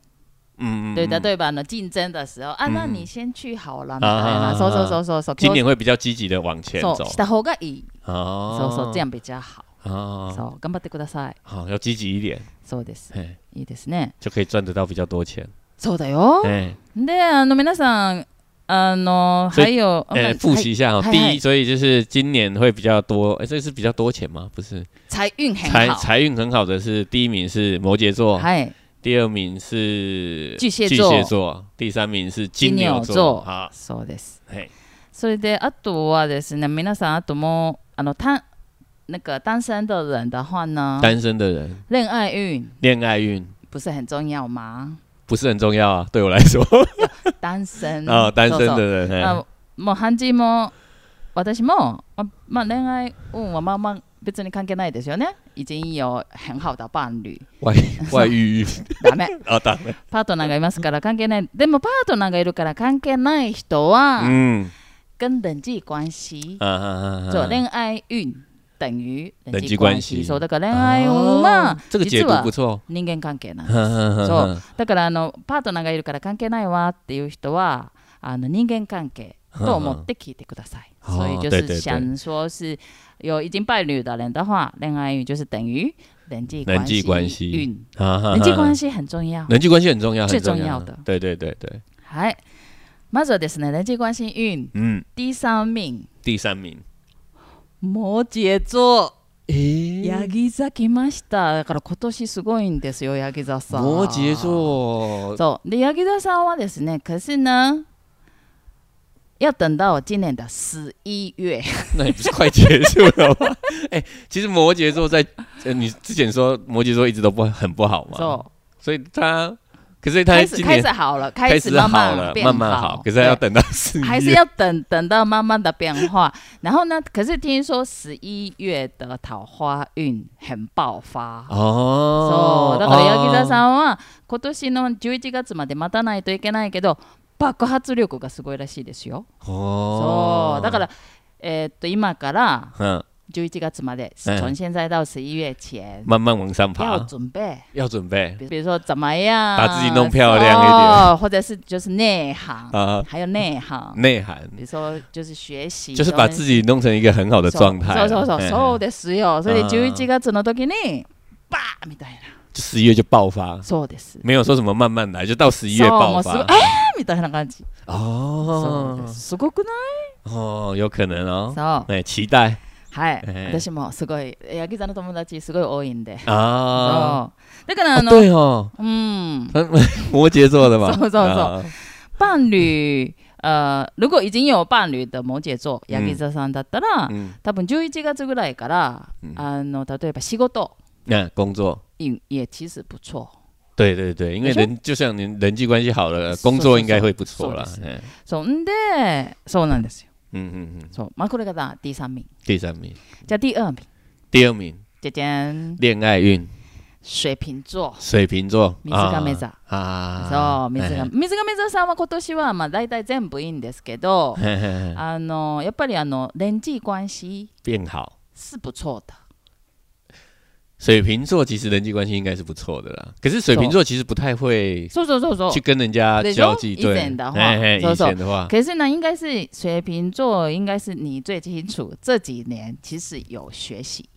[SPEAKER 2] 嗯，嗯
[SPEAKER 1] 对的
[SPEAKER 2] 嗯
[SPEAKER 1] 对吧？那竞争的时候啊，那
[SPEAKER 2] 嗯
[SPEAKER 1] 你先去好了，
[SPEAKER 2] 啊啊啊
[SPEAKER 1] 那
[SPEAKER 2] 啊
[SPEAKER 1] そうそうそうそうそう。
[SPEAKER 2] 今年会比较积极的往前
[SPEAKER 1] そう
[SPEAKER 2] 走
[SPEAKER 1] した方がいい。
[SPEAKER 2] 哦，
[SPEAKER 1] そうそう这样比较好。
[SPEAKER 2] 啊，
[SPEAKER 1] そう頑張ってください。
[SPEAKER 2] 好，要积极一点，
[SPEAKER 1] そうです。
[SPEAKER 2] 嘿，
[SPEAKER 1] いいですね。
[SPEAKER 2] 就可以赚得到比较多钱，
[SPEAKER 1] そうだよ。
[SPEAKER 2] 哎
[SPEAKER 1] で、あの皆さん、あの、
[SPEAKER 2] 所以
[SPEAKER 1] 还有，
[SPEAKER 2] 哎，
[SPEAKER 1] 嗯
[SPEAKER 2] 复习一下哦
[SPEAKER 1] 嗨，嗨
[SPEAKER 2] 第一，所以就是今年会比较多，哎，这是比较多钱吗？不是，
[SPEAKER 1] 财运很
[SPEAKER 2] 财
[SPEAKER 1] 好，
[SPEAKER 2] 财运很好的是第一名是摩羯座，
[SPEAKER 1] 嗨，
[SPEAKER 2] 第二名是
[SPEAKER 1] 巨蟹
[SPEAKER 2] 巨
[SPEAKER 1] 座
[SPEAKER 2] 蟹座，第三名是金牛
[SPEAKER 1] 金牛座
[SPEAKER 2] 座。好，
[SPEAKER 1] そうです。
[SPEAKER 2] 嘿，
[SPEAKER 1] それで、あとはですね、皆さん、あともう、あの、単、那个单身的人的话呢，
[SPEAKER 2] 单身的人
[SPEAKER 1] 恋爱运
[SPEAKER 2] 恋爱运
[SPEAKER 1] 不是很重要吗？
[SPEAKER 2] 不是很重要啊，对我来说
[SPEAKER 1] 单身
[SPEAKER 2] 啊，单身的
[SPEAKER 1] そう
[SPEAKER 2] 人，
[SPEAKER 1] そう
[SPEAKER 2] 哎嘿
[SPEAKER 1] あもう、ハンジも、私も、まあまあ、恋愛運はまあまあ、別に関係ないですよね。已经有很好的伴侣，
[SPEAKER 2] 外 外遇
[SPEAKER 1] ダ メ。
[SPEAKER 2] 啊，当然，
[SPEAKER 1] パートナーがいますから関係ない。でもパートナーがいるから関係ない人は、
[SPEAKER 2] 嗯
[SPEAKER 1] 跟人际关系、
[SPEAKER 2] 啊啊啊
[SPEAKER 1] そう
[SPEAKER 2] 啊啊，
[SPEAKER 1] 恋愛運等于人
[SPEAKER 2] 人
[SPEAKER 1] 際
[SPEAKER 2] 際
[SPEAKER 1] 关
[SPEAKER 2] 关
[SPEAKER 1] 系。
[SPEAKER 2] 系
[SPEAKER 1] そうだから恋愛運は
[SPEAKER 2] 哦这个解
[SPEAKER 1] 実
[SPEAKER 2] 读
[SPEAKER 1] は
[SPEAKER 2] 不错，
[SPEAKER 1] 人間関係なんです。そ
[SPEAKER 2] そう
[SPEAKER 1] だからあのパートナーがいるから関係ないわっていう人はあの人間関係と思 って聞いてください。
[SPEAKER 2] うん
[SPEAKER 1] 所以就是
[SPEAKER 2] 对对对
[SPEAKER 1] 想说是有已经伴侣的人的话，恋爱运就是等于人际
[SPEAKER 2] 人际
[SPEAKER 1] 关
[SPEAKER 2] 关
[SPEAKER 1] 系
[SPEAKER 2] 系
[SPEAKER 1] 运。
[SPEAKER 2] 人
[SPEAKER 1] 人际关系
[SPEAKER 2] 系，
[SPEAKER 1] 很重要。
[SPEAKER 2] 人际关系很重要，
[SPEAKER 1] 最
[SPEAKER 2] 很重
[SPEAKER 1] 重要
[SPEAKER 2] 要
[SPEAKER 1] 的
[SPEAKER 2] 对对对对，
[SPEAKER 1] はい。まずはですね、人際关系運
[SPEAKER 2] 嗯，
[SPEAKER 1] 第3名、
[SPEAKER 2] 第三名，
[SPEAKER 1] 摩羯座、
[SPEAKER 2] 诶
[SPEAKER 1] ヤギ座来ました。だから今年すごいんですよ、ヤギ座さん。
[SPEAKER 2] 摩羯。座，
[SPEAKER 1] そう。で、ヤギ座さんはですね、可是呢、要等到今年的十一月。
[SPEAKER 2] 那也不是快结束了吗？ 哎、其实摩羯座在、呃你之前说摩羯座一直都不很不好嘛，
[SPEAKER 1] そ
[SPEAKER 2] 所以他可是他
[SPEAKER 1] 开始
[SPEAKER 2] 今
[SPEAKER 1] 开
[SPEAKER 2] 年
[SPEAKER 1] 始好了，
[SPEAKER 2] 开
[SPEAKER 1] 始慢
[SPEAKER 2] 好
[SPEAKER 1] 慢
[SPEAKER 2] 了，
[SPEAKER 1] 变
[SPEAKER 2] 慢慢好，可是
[SPEAKER 1] 对
[SPEAKER 2] 要等到四
[SPEAKER 1] 还是
[SPEAKER 2] 月
[SPEAKER 1] 要等等到慢慢的变化。然后呢，可是听说十一月的桃花运很爆发。そ
[SPEAKER 2] 哦
[SPEAKER 1] う。だから柳田
[SPEAKER 2] ん
[SPEAKER 1] さんは今年の11月まで待たないといけないけど爆発力がすごいらしいですよ。
[SPEAKER 2] 哦
[SPEAKER 1] そうだから、えーっと今から
[SPEAKER 2] ら
[SPEAKER 1] 11月まで、
[SPEAKER 2] うん
[SPEAKER 1] 从现在到11月前
[SPEAKER 2] 慢慢往上
[SPEAKER 1] 要
[SPEAKER 2] 爬，
[SPEAKER 1] 准备，
[SPEAKER 2] 要准备
[SPEAKER 1] 比如说怎么样
[SPEAKER 2] 把自己弄漂亮一点
[SPEAKER 1] 哦或者是就是内行，
[SPEAKER 2] 啊，
[SPEAKER 1] 还有内行，
[SPEAKER 2] 内涵
[SPEAKER 1] 比如说就是学习，
[SPEAKER 2] 就是把自己弄成一个很好的状态
[SPEAKER 1] そうそう
[SPEAKER 2] 啊。
[SPEAKER 1] そうそうそう
[SPEAKER 2] 嗯，
[SPEAKER 1] ですよ。それで
[SPEAKER 2] うん
[SPEAKER 1] 11月の時にバーみたいな。
[SPEAKER 2] 十一月就爆发，
[SPEAKER 1] そうです。
[SPEAKER 2] 没有说什么慢慢来，就到十一
[SPEAKER 1] そ
[SPEAKER 2] 月
[SPEAKER 1] うもう
[SPEAKER 2] 爆
[SPEAKER 1] すごい
[SPEAKER 2] 发
[SPEAKER 1] えーみたいな感じ。そう
[SPEAKER 2] 哦
[SPEAKER 1] です。すごくない？
[SPEAKER 2] 哦，有可能哦，
[SPEAKER 1] そう。
[SPEAKER 2] 哎，期待
[SPEAKER 1] はい
[SPEAKER 2] え。え
[SPEAKER 1] 私もすごいヤギ座の友達すごい多いんで。
[SPEAKER 2] 啊，
[SPEAKER 1] そう。だから
[SPEAKER 2] 哦
[SPEAKER 1] あの、
[SPEAKER 2] 对哦，
[SPEAKER 1] うん、
[SPEAKER 2] 他摩羯座的嘛，
[SPEAKER 1] そうそうそう
[SPEAKER 2] 啊
[SPEAKER 1] 伴侣。呃，如果已经有伴侣的摩羯座、ヤギ座さんだったら、
[SPEAKER 2] 嗯，
[SPEAKER 1] 多分11月ぐらいから、
[SPEAKER 2] うん
[SPEAKER 1] あの例えば仕事
[SPEAKER 2] 那工作。
[SPEAKER 1] 也也其实不错。
[SPEAKER 2] 对对对，因为
[SPEAKER 1] 没错
[SPEAKER 2] 人就像您人际关系好了，
[SPEAKER 1] 是
[SPEAKER 2] 工
[SPEAKER 1] 是
[SPEAKER 2] 作
[SPEAKER 1] 是
[SPEAKER 2] 应该会不错啦。
[SPEAKER 1] 是
[SPEAKER 2] 嗯
[SPEAKER 1] そうんで、そうなんですよ。
[SPEAKER 2] 嗯嗯嗯，
[SPEAKER 1] そう。まあこれがだ第三名。
[SPEAKER 2] 第三名，
[SPEAKER 1] じゃあ第二名。
[SPEAKER 2] 第二名，
[SPEAKER 1] 姐姐，
[SPEAKER 2] 恋爱运，
[SPEAKER 1] 水瓶座。
[SPEAKER 2] 水瓶座，
[SPEAKER 1] 水亀座。
[SPEAKER 2] 啊，
[SPEAKER 1] そう、水
[SPEAKER 2] 哎
[SPEAKER 1] 亀水亀座さんは今年はまあ大体全部いいんですけど、
[SPEAKER 2] 嘿嘿嘿
[SPEAKER 1] あのやっぱりあの人際关系
[SPEAKER 2] 变好。
[SPEAKER 1] 是不错的。
[SPEAKER 2] 水瓶座其实人际关系应该是不错的啦，可是水瓶座其实不太会
[SPEAKER 1] そうそうそうそ
[SPEAKER 2] 去
[SPEAKER 1] う。
[SPEAKER 2] 跟人家
[SPEAKER 1] 对
[SPEAKER 2] 交际，
[SPEAKER 1] 哦以
[SPEAKER 2] 对，
[SPEAKER 1] 前的话
[SPEAKER 2] 嘿嘿
[SPEAKER 1] 说
[SPEAKER 2] 以
[SPEAKER 1] 说
[SPEAKER 2] 前的话，
[SPEAKER 1] 可是呢，应该是水瓶座，应该是你最清楚。这几年其实有学习。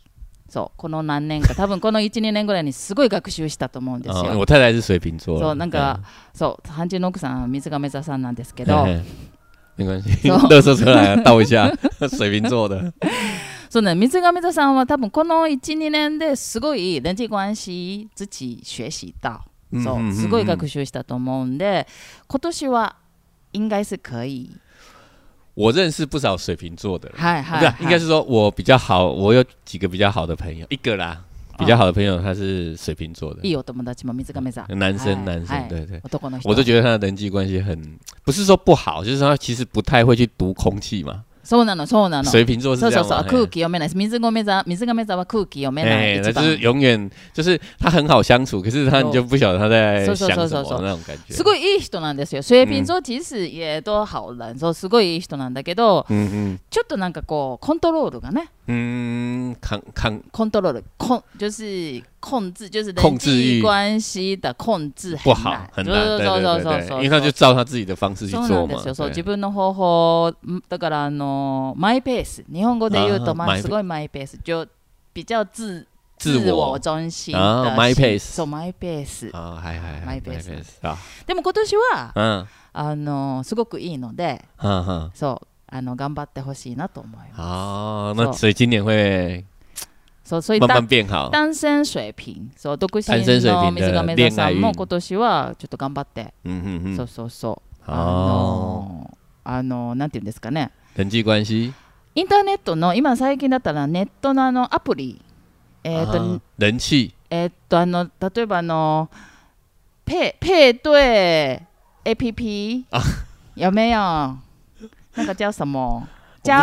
[SPEAKER 1] そうこの何年か、多分この1、2年ぐらいにすごい学習したと思うんです
[SPEAKER 2] 嗯
[SPEAKER 1] よ。
[SPEAKER 2] 我太太是水瓶座啦，
[SPEAKER 1] そう、なんか
[SPEAKER 2] 嗯，
[SPEAKER 1] そう、阪神の奥さんは水亀座さんなんですけ
[SPEAKER 2] 嘿
[SPEAKER 1] ど、
[SPEAKER 2] 嘿没关系，
[SPEAKER 1] 说
[SPEAKER 2] 乐色车来了，倒一下， 水瓶座的，
[SPEAKER 1] そうね、水上座さんは多分この1、2年ですごい人際关系自己学習到、
[SPEAKER 2] 嗯
[SPEAKER 1] そう
[SPEAKER 2] 嗯嗯
[SPEAKER 1] すごい
[SPEAKER 2] 嗯
[SPEAKER 1] 学習したと思うんで、今年は应该是可以。
[SPEAKER 2] 我认识不少水瓶座的人。
[SPEAKER 1] はい
[SPEAKER 2] 不
[SPEAKER 1] はい、
[SPEAKER 2] 是
[SPEAKER 1] は
[SPEAKER 2] 啊，
[SPEAKER 1] い。
[SPEAKER 2] 应该是说我比较好，我有几个比较好的朋友，一个啦，
[SPEAKER 1] 哦
[SPEAKER 2] 比较好的朋友他是水瓶座的
[SPEAKER 1] い，いお友達も水上座。
[SPEAKER 2] 男生
[SPEAKER 1] はい
[SPEAKER 2] 男生，
[SPEAKER 1] はい
[SPEAKER 2] 对对，
[SPEAKER 1] 男の人。
[SPEAKER 2] 我都觉得他的人际关系很，不是说不好，就是他其实不太会去读空气嘛。
[SPEAKER 1] そうなの、そうなの。
[SPEAKER 2] 水瓶座是
[SPEAKER 1] そう
[SPEAKER 2] 这
[SPEAKER 1] そう
[SPEAKER 2] 样
[SPEAKER 1] そう、
[SPEAKER 2] 嘛
[SPEAKER 1] 空気読めない。水上座、水上座は空気読め
[SPEAKER 2] 嘿
[SPEAKER 1] ない。一
[SPEAKER 2] 嘿那就
[SPEAKER 1] 番
[SPEAKER 2] 是永远就是他很好相处，可是他
[SPEAKER 1] 有
[SPEAKER 2] 你就不晓得他在
[SPEAKER 1] 嗖嗖
[SPEAKER 2] 想
[SPEAKER 1] 嗖
[SPEAKER 2] 什
[SPEAKER 1] 嗖嗖
[SPEAKER 2] 么那种感觉。
[SPEAKER 1] すごいいい人なんですよ。水瓶座其实也都好人、そうすごいいい人なんだけど、
[SPEAKER 2] 嗯
[SPEAKER 1] ちょっとなんかこう、コントロールがね。
[SPEAKER 2] 嗯嗯，抗抗
[SPEAKER 1] 控 control 的控就是控制，就是人
[SPEAKER 2] 控制
[SPEAKER 1] 际
[SPEAKER 2] 欲
[SPEAKER 1] 关系的控制
[SPEAKER 2] 不
[SPEAKER 1] 很
[SPEAKER 2] 好
[SPEAKER 1] 难，
[SPEAKER 2] 很难，对对对对，因为他就照他自己的方式去
[SPEAKER 1] そうな
[SPEAKER 2] 做
[SPEAKER 1] んで
[SPEAKER 2] 嘛
[SPEAKER 1] す。よ。そう
[SPEAKER 2] 对
[SPEAKER 1] 自分の方法んだからあのマイペース、日本語で言う
[SPEAKER 2] あ
[SPEAKER 1] と
[SPEAKER 2] ー
[SPEAKER 1] ま
[SPEAKER 2] マ
[SPEAKER 1] あ
[SPEAKER 2] イペ
[SPEAKER 1] すごいマイペース、就比较自
[SPEAKER 2] 自我
[SPEAKER 1] 我中心
[SPEAKER 2] あ
[SPEAKER 1] 的
[SPEAKER 2] ーマイペー
[SPEAKER 1] 心
[SPEAKER 2] ス
[SPEAKER 1] そうマイペース。
[SPEAKER 2] 啊，还还
[SPEAKER 1] マイ
[SPEAKER 2] 还
[SPEAKER 1] ペース
[SPEAKER 2] 啊，
[SPEAKER 1] でも今年は
[SPEAKER 2] 嗯
[SPEAKER 1] あのすごくいいので、
[SPEAKER 2] 嗯嗯。
[SPEAKER 1] そうあの頑張ってほしいなと思います。
[SPEAKER 2] 哦，
[SPEAKER 1] So-
[SPEAKER 2] 那所以今年会
[SPEAKER 1] そうそういっ
[SPEAKER 2] 慢
[SPEAKER 1] た
[SPEAKER 2] 慢变好。
[SPEAKER 1] 単身水平、そう独身
[SPEAKER 2] 単身水
[SPEAKER 1] の
[SPEAKER 2] 平
[SPEAKER 1] 水亀座さんも今年はちょっと頑張って。
[SPEAKER 2] 嗯嗯
[SPEAKER 1] そう
[SPEAKER 2] 嗯，
[SPEAKER 1] そうそう。あ
[SPEAKER 2] 哦，
[SPEAKER 1] のあのなんていうんですかね。
[SPEAKER 2] 人际关系，
[SPEAKER 1] インターネットの今最近だったらネットのあのアプリ、えっ、
[SPEAKER 2] 啊
[SPEAKER 1] と、
[SPEAKER 2] 人气，
[SPEAKER 1] えっ、とあの例えばあのペペ对 A P P
[SPEAKER 2] あ
[SPEAKER 1] 有没有？なんか叫什 么？交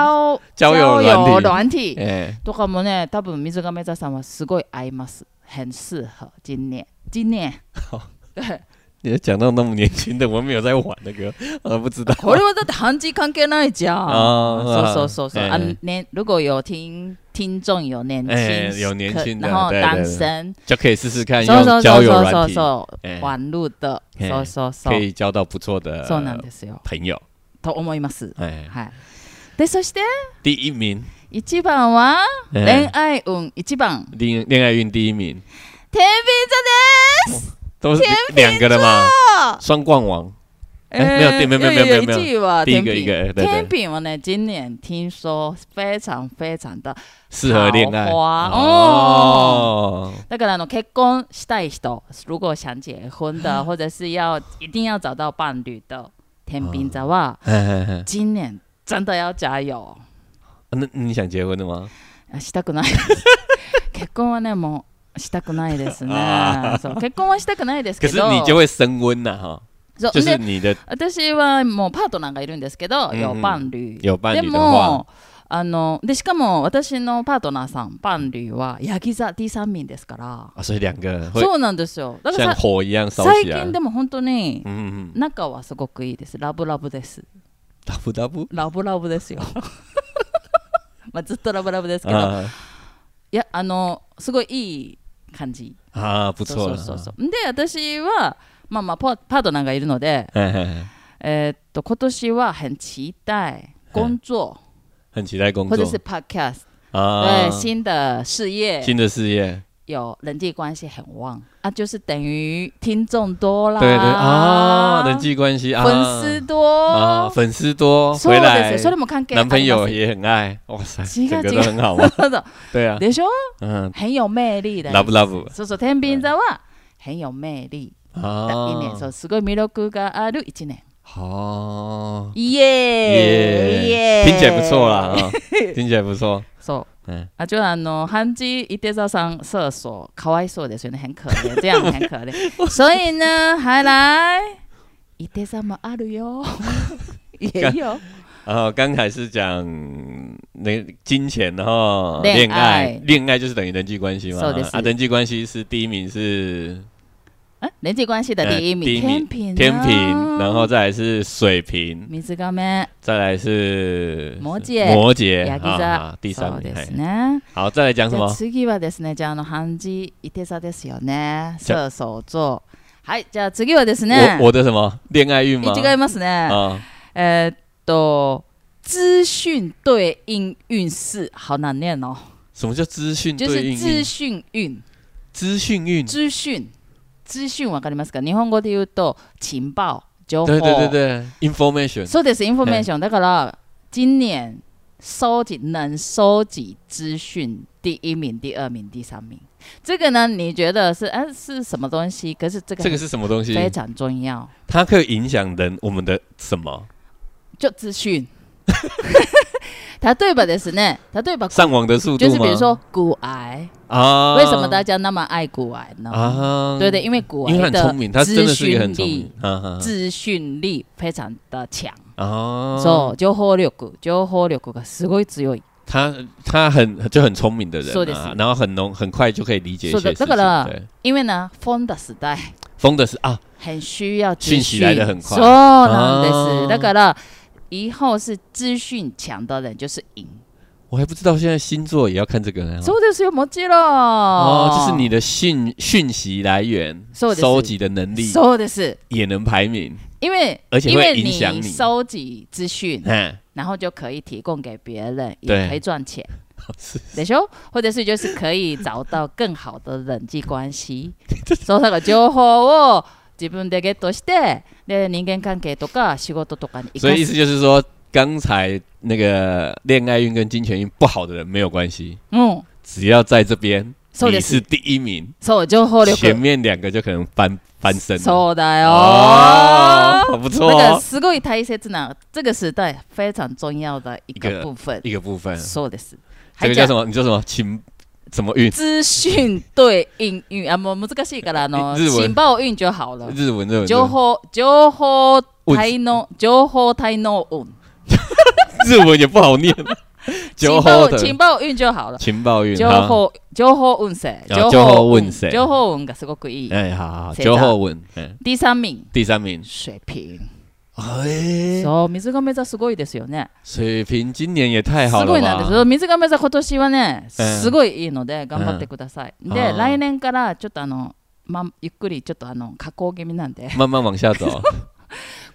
[SPEAKER 2] 交友
[SPEAKER 1] 交友
[SPEAKER 2] 软体，
[SPEAKER 1] 软体
[SPEAKER 2] 哎，
[SPEAKER 1] とかもね、多分水亀座さんはすごい合います。很适合今年，今年。
[SPEAKER 2] 你讲到那么年轻的，我没有在玩那个，我不知道。
[SPEAKER 1] これはだって漢字関係ないじゃ
[SPEAKER 2] 哦
[SPEAKER 1] ん。
[SPEAKER 2] あー
[SPEAKER 1] そうそうそうそう。
[SPEAKER 2] ええ
[SPEAKER 1] あのね、如果有听听众有年轻，
[SPEAKER 2] ええ有年轻
[SPEAKER 1] 可
[SPEAKER 2] 的
[SPEAKER 1] 然后
[SPEAKER 2] 对对
[SPEAKER 1] 单身，
[SPEAKER 2] 就可以试试看
[SPEAKER 1] そうそう
[SPEAKER 2] 用交
[SPEAKER 1] そうそうそ
[SPEAKER 2] 友软
[SPEAKER 1] う
[SPEAKER 2] 体，
[SPEAKER 1] そう、
[SPEAKER 2] ええ
[SPEAKER 1] 玩路的、
[SPEAKER 2] ええ
[SPEAKER 1] そうそうそ
[SPEAKER 2] 可
[SPEAKER 1] う、
[SPEAKER 2] 以交到不错的
[SPEAKER 1] そうなんですよ。
[SPEAKER 2] 朋友。
[SPEAKER 1] と思います。
[SPEAKER 2] 哎，
[SPEAKER 1] はい。でそして
[SPEAKER 2] 第一名，
[SPEAKER 1] 一番は
[SPEAKER 2] ええ
[SPEAKER 1] 恋愛運一番
[SPEAKER 2] 恋恋爱运第一名，
[SPEAKER 1] 天秤座です。
[SPEAKER 2] 都是两个的嘛，双冠王。え没有天没有没有没有没有
[SPEAKER 1] 一位は
[SPEAKER 2] 第一
[SPEAKER 1] 天
[SPEAKER 2] 个一
[SPEAKER 1] 秤。
[SPEAKER 2] 个，哎对
[SPEAKER 1] 天
[SPEAKER 2] 对，
[SPEAKER 1] 秤はね、今年听说非常非常的
[SPEAKER 2] 适合恋爱
[SPEAKER 1] 桃花
[SPEAKER 2] 哦。
[SPEAKER 1] だからあの結婚したい人、如果想结婚的，或者是要一定要找到伴侣的天秤座は、
[SPEAKER 2] 嘿嘿嘿啊
[SPEAKER 1] 今年真的要加油。
[SPEAKER 2] 那你想结婚的吗？
[SPEAKER 1] あしたくない。結婚はね、もうしたくないですね
[SPEAKER 2] あ。
[SPEAKER 1] そう結婚はしたくないです
[SPEAKER 2] 可
[SPEAKER 1] け
[SPEAKER 2] 是
[SPEAKER 1] ど。
[SPEAKER 2] 你就会升温呐、哈，
[SPEAKER 1] そう
[SPEAKER 2] 就是
[SPEAKER 1] で
[SPEAKER 2] 你的
[SPEAKER 1] 私はもうパートナーがいるんですけど、
[SPEAKER 2] うん
[SPEAKER 1] 有伴侶。
[SPEAKER 2] 有伴
[SPEAKER 1] で
[SPEAKER 2] 侣的话
[SPEAKER 1] も。あのでしかも私のパートナーさん、伴侶はヤギ座第三民ですから、
[SPEAKER 2] 啊，所以两个人会
[SPEAKER 1] そうなんですよ。だか
[SPEAKER 2] 像
[SPEAKER 1] らさ
[SPEAKER 2] 火一样烧
[SPEAKER 1] 最
[SPEAKER 2] 起来。
[SPEAKER 1] 近
[SPEAKER 2] 嗯
[SPEAKER 1] でも本当に
[SPEAKER 2] 嗯嗯，
[SPEAKER 1] 仲はすごくいいです。ラブラブです。
[SPEAKER 2] 打不打不
[SPEAKER 1] ラブラブ ですよ。まあずっとラブラブですけど、
[SPEAKER 2] 啊
[SPEAKER 1] いやあのすごいいい感じ。
[SPEAKER 2] 啊，不
[SPEAKER 1] そ
[SPEAKER 2] 错
[SPEAKER 1] う
[SPEAKER 2] 了。
[SPEAKER 1] そうそう。で私はまあまあパパートナーがいるので、
[SPEAKER 2] 嘿嘿嘿
[SPEAKER 1] えーっと今年は很期待工作
[SPEAKER 2] 很期待工
[SPEAKER 1] 或者是
[SPEAKER 2] 作
[SPEAKER 1] podcast，
[SPEAKER 2] 啊
[SPEAKER 1] 对，新的事业
[SPEAKER 2] 新的事业，
[SPEAKER 1] 有人际关系很旺啊，就是等于听众多啦，
[SPEAKER 2] 对对啊，人际关系啊，
[SPEAKER 1] 粉丝
[SPEAKER 2] 啊，
[SPEAKER 1] 多，
[SPEAKER 2] 粉丝多
[SPEAKER 1] そう
[SPEAKER 2] 回
[SPEAKER 1] で
[SPEAKER 2] 来
[SPEAKER 1] す。，それも関係あり
[SPEAKER 2] 男
[SPEAKER 1] ます
[SPEAKER 2] 朋友也很爱，哇塞，
[SPEAKER 1] 違う
[SPEAKER 2] 整个
[SPEAKER 1] 違
[SPEAKER 2] 都
[SPEAKER 1] う
[SPEAKER 2] 很好嘛。
[SPEAKER 1] そう そう
[SPEAKER 2] 对啊，
[SPEAKER 1] でしょ？
[SPEAKER 2] 嗯
[SPEAKER 1] 很有魅力的。
[SPEAKER 2] ，love love
[SPEAKER 1] そうそう、天秤座は很有魅力的一年。そ
[SPEAKER 2] 啊，
[SPEAKER 1] う、すごい魅力がある啊一年。
[SPEAKER 2] 好，
[SPEAKER 1] イエーイイエーイ
[SPEAKER 2] 耶，听起来不错啦， 啊，听起来不错。
[SPEAKER 1] そう。
[SPEAKER 2] 嗯，
[SPEAKER 1] あ、就あの、漢字伊手座さん、厕所、かわいそうですよね。很可怜。这样很 可怜。所以呢、还来、伊手座もあるよ。也有
[SPEAKER 2] 然后啊刚才是讲那个金钱，然后
[SPEAKER 1] 恋
[SPEAKER 2] 恋爱
[SPEAKER 1] 爱，
[SPEAKER 2] 恋爱就是等于人际关系嘛
[SPEAKER 1] そうです。
[SPEAKER 2] 啊，人际关系是第一名是
[SPEAKER 1] え人际关系的第一
[SPEAKER 2] 呃第
[SPEAKER 1] 名，
[SPEAKER 2] 一名
[SPEAKER 1] 秤
[SPEAKER 2] 天
[SPEAKER 1] 天
[SPEAKER 2] 平，然后
[SPEAKER 1] 后
[SPEAKER 2] 再来是水瓶，
[SPEAKER 1] 水亀、
[SPEAKER 2] 再来是
[SPEAKER 1] 摩羯、
[SPEAKER 2] 摩羯
[SPEAKER 1] ヤギ
[SPEAKER 2] 啊，
[SPEAKER 1] 座
[SPEAKER 2] 啊，第
[SPEAKER 1] そ
[SPEAKER 2] 三
[SPEAKER 1] う
[SPEAKER 2] 名。
[SPEAKER 1] で
[SPEAKER 2] 嘿
[SPEAKER 1] すね。
[SPEAKER 2] 好，再来讲什
[SPEAKER 1] じゃあ
[SPEAKER 2] 么？
[SPEAKER 1] 次はですね、じゃああの漢字伊手座ですよね。
[SPEAKER 2] じ
[SPEAKER 1] 射
[SPEAKER 2] ゃ
[SPEAKER 1] 手座。はい、じゃあ次はですね
[SPEAKER 2] 我。我的什么恋爱运吗？
[SPEAKER 1] 違いますね。
[SPEAKER 2] 啊，
[SPEAKER 1] えーっと、资讯对应运势，好难念哦。
[SPEAKER 2] 什么叫资讯
[SPEAKER 1] 就
[SPEAKER 2] 对
[SPEAKER 1] 是
[SPEAKER 2] 应
[SPEAKER 1] 资
[SPEAKER 2] 运？
[SPEAKER 1] 讯运，
[SPEAKER 2] 资讯运，
[SPEAKER 1] 资讯，资讯わかりますか？日本語で言うと情報、情報。
[SPEAKER 2] 对对对
[SPEAKER 1] 哦
[SPEAKER 2] 对，information
[SPEAKER 1] そうです、information。だから今年收集能收集资讯第一名、第二名、第三名。这个呢，你觉得是哎、是什么东西？可是这
[SPEAKER 2] 这
[SPEAKER 1] 个
[SPEAKER 2] 个是什么东西？
[SPEAKER 1] 非常重要，
[SPEAKER 2] 它可以影响人我们的什么？
[SPEAKER 1] 就资讯。例えばですね、例えば
[SPEAKER 2] 上网的速度
[SPEAKER 1] 就
[SPEAKER 2] 吗？
[SPEAKER 1] 是比如说骨癌，
[SPEAKER 2] 啊，
[SPEAKER 1] 为什么大家那么爱骨癌呢？
[SPEAKER 2] 啊？
[SPEAKER 1] 对对，因为骨
[SPEAKER 2] 因为
[SPEAKER 1] 癌
[SPEAKER 2] 很
[SPEAKER 1] 的
[SPEAKER 2] 聪明，他真
[SPEAKER 1] 资
[SPEAKER 2] 的是一个很
[SPEAKER 1] 讯
[SPEAKER 2] 聪明
[SPEAKER 1] 力、
[SPEAKER 2] 啊
[SPEAKER 1] 资讯力非常的强，
[SPEAKER 2] 啊啊！
[SPEAKER 1] そう情報力、情報力がすごい強い。
[SPEAKER 2] 他他很就很聪明的
[SPEAKER 1] そう
[SPEAKER 2] 人
[SPEAKER 1] で
[SPEAKER 2] 啊
[SPEAKER 1] す，
[SPEAKER 2] 然后很浓很快就可以理解一些
[SPEAKER 1] そう
[SPEAKER 2] 事
[SPEAKER 1] だ
[SPEAKER 2] 情。
[SPEAKER 1] だから
[SPEAKER 2] 对，
[SPEAKER 1] 因为呢，风的时代
[SPEAKER 2] 疯的是啊，
[SPEAKER 1] 很需要资
[SPEAKER 2] 讯息来得很快
[SPEAKER 1] そうなんです。
[SPEAKER 2] あー
[SPEAKER 1] だから以后是资讯强的人就是赢。
[SPEAKER 2] 我还不知道现在星座也要看这个呢。
[SPEAKER 1] そうですよ、もちろん。
[SPEAKER 2] 哦，
[SPEAKER 1] 哦
[SPEAKER 2] 就是你的讯讯息来源、
[SPEAKER 1] そうです
[SPEAKER 2] 收集的能力
[SPEAKER 1] そうです。
[SPEAKER 2] 也能排名。
[SPEAKER 1] 因为
[SPEAKER 2] 而且会
[SPEAKER 1] 因为
[SPEAKER 2] 影响
[SPEAKER 1] 你
[SPEAKER 2] 你
[SPEAKER 1] 收集资讯，
[SPEAKER 2] 嗯，
[SPEAKER 1] 然后就可以提供给别人，
[SPEAKER 2] 对
[SPEAKER 1] 也可以赚钱。
[SPEAKER 2] 是
[SPEAKER 1] でしょ或者是就是可以找到更好的人际关 系。そうだから情報を自分でゲットして、で人間関係とか仕事とかに生
[SPEAKER 2] 所
[SPEAKER 1] か
[SPEAKER 2] 以意思
[SPEAKER 1] す。
[SPEAKER 2] 就是说，刚才那个恋爱运跟金钱运不好的人没有关系，
[SPEAKER 1] うん、
[SPEAKER 2] 只要在这边
[SPEAKER 1] そう
[SPEAKER 2] 你
[SPEAKER 1] です
[SPEAKER 2] 是第一名，
[SPEAKER 1] そう情報力。
[SPEAKER 2] 前面两个就可能翻翻身了。
[SPEAKER 1] そうだ
[SPEAKER 2] 哦，
[SPEAKER 1] よ。
[SPEAKER 2] 好不错
[SPEAKER 1] だから
[SPEAKER 2] 哦，
[SPEAKER 1] すごい大切な这个时代非常重要的一个部分。
[SPEAKER 2] 一个部分。
[SPEAKER 1] そうです。は
[SPEAKER 2] 这
[SPEAKER 1] い
[SPEAKER 2] 个
[SPEAKER 1] じゃ
[SPEAKER 2] 叫
[SPEAKER 1] あ
[SPEAKER 2] 什么？你叫什么？情什么运？
[SPEAKER 1] 资讯对应运あもう難しいからあの
[SPEAKER 2] 日文
[SPEAKER 1] 情報運就好了。
[SPEAKER 2] 日文日文。日
[SPEAKER 1] 情
[SPEAKER 2] 文
[SPEAKER 1] 報情報体の情報体の運。
[SPEAKER 2] 日文也不好念。
[SPEAKER 1] 情
[SPEAKER 2] 酒后
[SPEAKER 1] 报
[SPEAKER 2] 的
[SPEAKER 1] 情报運就好了。
[SPEAKER 2] 情报运。
[SPEAKER 1] 情
[SPEAKER 2] 好
[SPEAKER 1] 報情報運勢。
[SPEAKER 2] 啊情報運勢
[SPEAKER 1] 情報運がすごくいい。
[SPEAKER 2] 哎，好好好，
[SPEAKER 1] 谁
[SPEAKER 2] 酒
[SPEAKER 1] 知道
[SPEAKER 2] 后文。嗯，
[SPEAKER 1] 第三名
[SPEAKER 2] 第三名。
[SPEAKER 1] 水瓶。
[SPEAKER 2] 哎，
[SPEAKER 1] そう水亀座すごいですよね。
[SPEAKER 2] 水瓶今年也太
[SPEAKER 1] す
[SPEAKER 2] 好
[SPEAKER 1] ご
[SPEAKER 2] 了
[SPEAKER 1] いなんです
[SPEAKER 2] 吧？
[SPEAKER 1] よ。水亀座今年はね
[SPEAKER 2] うん
[SPEAKER 1] すごいいいので頑張ってください。
[SPEAKER 2] うん
[SPEAKER 1] で
[SPEAKER 2] あー
[SPEAKER 1] 来年からちょっとあのまゆっくりちょっとあの下降気味なん で。
[SPEAKER 2] 慢慢往下 走，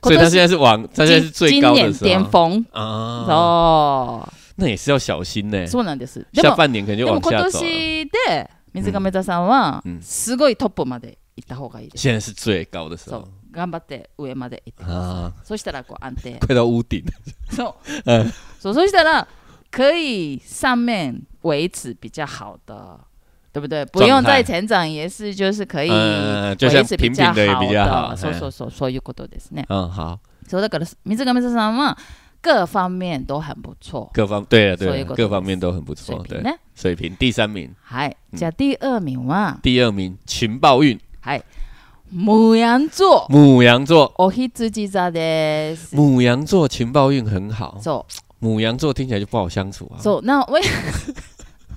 [SPEAKER 2] 所以
[SPEAKER 1] 今
[SPEAKER 2] 他现
[SPEAKER 1] 年
[SPEAKER 2] 在是往，他现在是最
[SPEAKER 1] 今
[SPEAKER 2] 高的
[SPEAKER 1] 年
[SPEAKER 2] 时
[SPEAKER 1] 巅
[SPEAKER 2] 候
[SPEAKER 1] 峰。
[SPEAKER 2] 啊。
[SPEAKER 1] そ
[SPEAKER 2] 那也是要小心呢
[SPEAKER 1] う。そうなんです。で
[SPEAKER 2] 下
[SPEAKER 1] も
[SPEAKER 2] 半年可能
[SPEAKER 1] で
[SPEAKER 2] 就
[SPEAKER 1] も
[SPEAKER 2] 往
[SPEAKER 1] 今
[SPEAKER 2] 下走了。
[SPEAKER 1] 年で水亀座さんは
[SPEAKER 2] うん
[SPEAKER 1] すごいトップまで行った方がいいです。
[SPEAKER 2] 现在是最高的时
[SPEAKER 1] そう
[SPEAKER 2] 候
[SPEAKER 1] 頑張って上まで行ってください。
[SPEAKER 2] 啊，
[SPEAKER 1] そしたらこう安 定。
[SPEAKER 2] 快到屋顶。
[SPEAKER 1] そう。
[SPEAKER 2] うん
[SPEAKER 1] そうそしたら可以上面维持比较好的，对不对？不用再成長也是就是可以
[SPEAKER 2] 嗯就
[SPEAKER 1] 维
[SPEAKER 2] 像
[SPEAKER 1] 持
[SPEAKER 2] 平
[SPEAKER 1] 比
[SPEAKER 2] 平
[SPEAKER 1] 较
[SPEAKER 2] 的也比较
[SPEAKER 1] 好
[SPEAKER 2] 好
[SPEAKER 1] 的。そう
[SPEAKER 2] 嗯
[SPEAKER 1] そうそうそういうことですね。
[SPEAKER 2] 嗯，好，
[SPEAKER 1] そうだから水亀座さんは各方面都很不错。
[SPEAKER 2] 各方对啊
[SPEAKER 1] そういう
[SPEAKER 2] 对啊
[SPEAKER 1] こ、とです
[SPEAKER 2] 各方面都很不
[SPEAKER 1] 水
[SPEAKER 2] 错。
[SPEAKER 1] 平
[SPEAKER 2] 对，
[SPEAKER 1] ね。
[SPEAKER 2] 水平第三名，
[SPEAKER 1] はい。じゃあ第二名は、
[SPEAKER 2] 第二名情报运，
[SPEAKER 1] はい。母羊座、
[SPEAKER 2] 母羊座，
[SPEAKER 1] お羊座です。
[SPEAKER 2] 母羊座情报运很好。
[SPEAKER 1] そ
[SPEAKER 2] 母羊座听起来就不好相处
[SPEAKER 1] う、
[SPEAKER 2] 啊。
[SPEAKER 1] そう、 な、我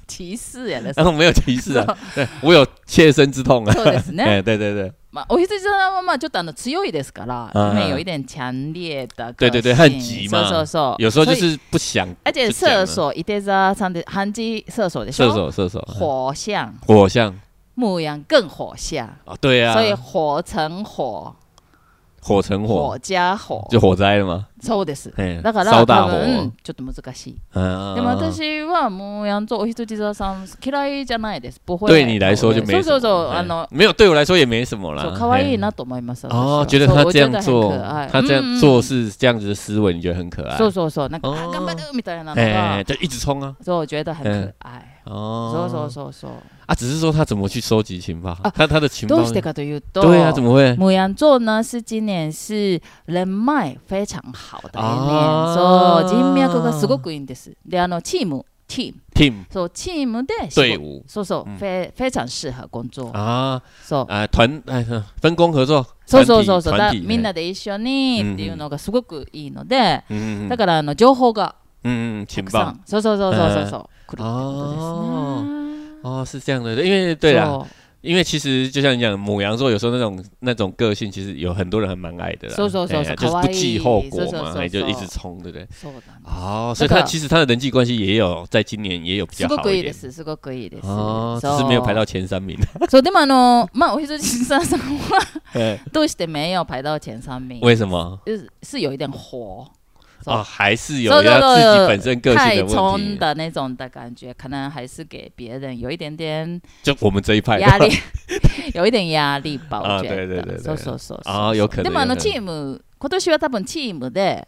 [SPEAKER 1] 歧視やです
[SPEAKER 2] 然。后没有提示 啊，对我有切身之痛啊。
[SPEAKER 1] そう ですね。
[SPEAKER 2] 哎，对对对
[SPEAKER 1] まあ、お羊座はまあちょっとあの強いですから、
[SPEAKER 2] うん
[SPEAKER 1] 里面有一点强烈的个性
[SPEAKER 2] 对对对很急嘛
[SPEAKER 1] そうそうそう。
[SPEAKER 2] 有时候
[SPEAKER 1] 所
[SPEAKER 2] 就
[SPEAKER 1] 以，
[SPEAKER 2] 是不想。
[SPEAKER 1] 而且
[SPEAKER 2] 就讲
[SPEAKER 1] 射
[SPEAKER 2] 了
[SPEAKER 1] 手伊德座さんで漢字射手でし
[SPEAKER 2] 射
[SPEAKER 1] ょ。
[SPEAKER 2] 手射手，啊
[SPEAKER 1] 火象，
[SPEAKER 2] 火象
[SPEAKER 1] 牧羊更火象，
[SPEAKER 2] 啊，对啊
[SPEAKER 1] 所，以火成火，
[SPEAKER 2] 火成火
[SPEAKER 1] 火加火。
[SPEAKER 2] 就火灾了嘛。
[SPEAKER 1] そうです。
[SPEAKER 2] 哎
[SPEAKER 1] だから多
[SPEAKER 2] 烧大火。
[SPEAKER 1] 分ちょっと難しい。
[SPEAKER 2] 嗯
[SPEAKER 1] でも私は牧羊座お羊座さん嫌いじゃないです。不会
[SPEAKER 2] 对你来说就没什
[SPEAKER 1] そうそ
[SPEAKER 2] 么。
[SPEAKER 1] うそう
[SPEAKER 2] 哎
[SPEAKER 1] あの
[SPEAKER 2] 没有，对我来说也没什么啦
[SPEAKER 1] そう。可愛い
[SPEAKER 2] 哎
[SPEAKER 1] なと思います。
[SPEAKER 2] 哦，
[SPEAKER 1] 私は
[SPEAKER 2] 觉得
[SPEAKER 1] そう
[SPEAKER 2] 他
[SPEAKER 1] 我
[SPEAKER 2] 这
[SPEAKER 1] 觉得
[SPEAKER 2] 样
[SPEAKER 1] 很
[SPEAKER 2] 做
[SPEAKER 1] 可爱，
[SPEAKER 2] 他这
[SPEAKER 1] 嗯
[SPEAKER 2] 样
[SPEAKER 1] 嗯
[SPEAKER 2] 做是这样子的思维，你觉得很可爱？
[SPEAKER 1] そうそうそう、なんか、
[SPEAKER 2] うん
[SPEAKER 1] あ頑張るみたいなのが、
[SPEAKER 2] 哎，就一直冲啊。
[SPEAKER 1] そう、我觉得很可愛。そうそう
[SPEAKER 2] 哦，
[SPEAKER 1] そうそう。
[SPEAKER 2] 啊，只是说他怎么去收集情报
[SPEAKER 1] 啊？
[SPEAKER 2] 他他的情报
[SPEAKER 1] どうしてかというと、
[SPEAKER 2] 对啊，怎么会？
[SPEAKER 1] 母羊座呢是今年是人脉非常好的一年、
[SPEAKER 2] あ
[SPEAKER 1] そう
[SPEAKER 2] ー
[SPEAKER 1] 人脈がすごくいいんです。で、あのチーム、チーム、
[SPEAKER 2] team
[SPEAKER 1] そうチームで仕事
[SPEAKER 2] 队伍
[SPEAKER 1] そうそう、
[SPEAKER 2] うん
[SPEAKER 1] 非非常适合工作。
[SPEAKER 2] 啊
[SPEAKER 1] そう
[SPEAKER 2] 啊团哎分工合作，
[SPEAKER 1] そうそ
[SPEAKER 2] 团
[SPEAKER 1] う
[SPEAKER 2] 体
[SPEAKER 1] そうそう、
[SPEAKER 2] 团
[SPEAKER 1] だ
[SPEAKER 2] 体
[SPEAKER 1] みんなで一緒にっていうのがすごくいいので、
[SPEAKER 2] 嗯嗯
[SPEAKER 1] だからあの情報が
[SPEAKER 2] 嗯嗯
[SPEAKER 1] た
[SPEAKER 2] 情
[SPEAKER 1] くさ
[SPEAKER 2] 报
[SPEAKER 1] ん、そうそうそうそうそうそう、来るってことですね。
[SPEAKER 2] 哦哦是这样的，因为对啦，
[SPEAKER 1] そう
[SPEAKER 2] 因为其实就像你讲，母羊座有时候那种那种个性，其实有很多人还蛮爱的啦，
[SPEAKER 1] 嗖嗖嗖嗖
[SPEAKER 2] 哎就是
[SPEAKER 1] 可
[SPEAKER 2] 不
[SPEAKER 1] 爱
[SPEAKER 2] 计后果
[SPEAKER 1] 嗖嗖
[SPEAKER 2] 嘛，
[SPEAKER 1] 嗖
[SPEAKER 2] 哎就
[SPEAKER 1] 嗖
[SPEAKER 2] 一直冲，对不对？
[SPEAKER 1] そうなんです。
[SPEAKER 2] 哦，所以
[SPEAKER 1] 那
[SPEAKER 2] 他
[SPEAKER 1] 个
[SPEAKER 2] 其实他的人际关系也有在今年也有比
[SPEAKER 1] す
[SPEAKER 2] 较
[SPEAKER 1] ご
[SPEAKER 2] 好
[SPEAKER 1] くい
[SPEAKER 2] 一
[SPEAKER 1] いで
[SPEAKER 2] 点。
[SPEAKER 1] す。すごくいいです。
[SPEAKER 2] 哦，只
[SPEAKER 1] そう
[SPEAKER 2] 是没有排到前 三名。
[SPEAKER 1] そうでもあのまあお羊さんさんは
[SPEAKER 2] 哎
[SPEAKER 1] どうして没有排到前三名？
[SPEAKER 2] 为什么？
[SPEAKER 1] 是是有一点火，
[SPEAKER 2] 哦，还是有
[SPEAKER 1] 嗖嗖
[SPEAKER 2] 他自
[SPEAKER 1] 嗖
[SPEAKER 2] 己本身个性
[SPEAKER 1] 太
[SPEAKER 2] 的问
[SPEAKER 1] 冲
[SPEAKER 2] 题。
[SPEAKER 1] 的那种的感觉，可能还是给别人有一点点
[SPEAKER 2] 就我们这一派
[SPEAKER 1] 压 力， 有一点压力吧。
[SPEAKER 2] 啊
[SPEAKER 1] 我觉
[SPEAKER 2] 对对对
[SPEAKER 1] 得，
[SPEAKER 2] 对
[SPEAKER 1] そうそうそうそう。
[SPEAKER 2] 啊，有可能。
[SPEAKER 1] でもあの
[SPEAKER 2] 有可能
[SPEAKER 1] チーム今年は多分チームで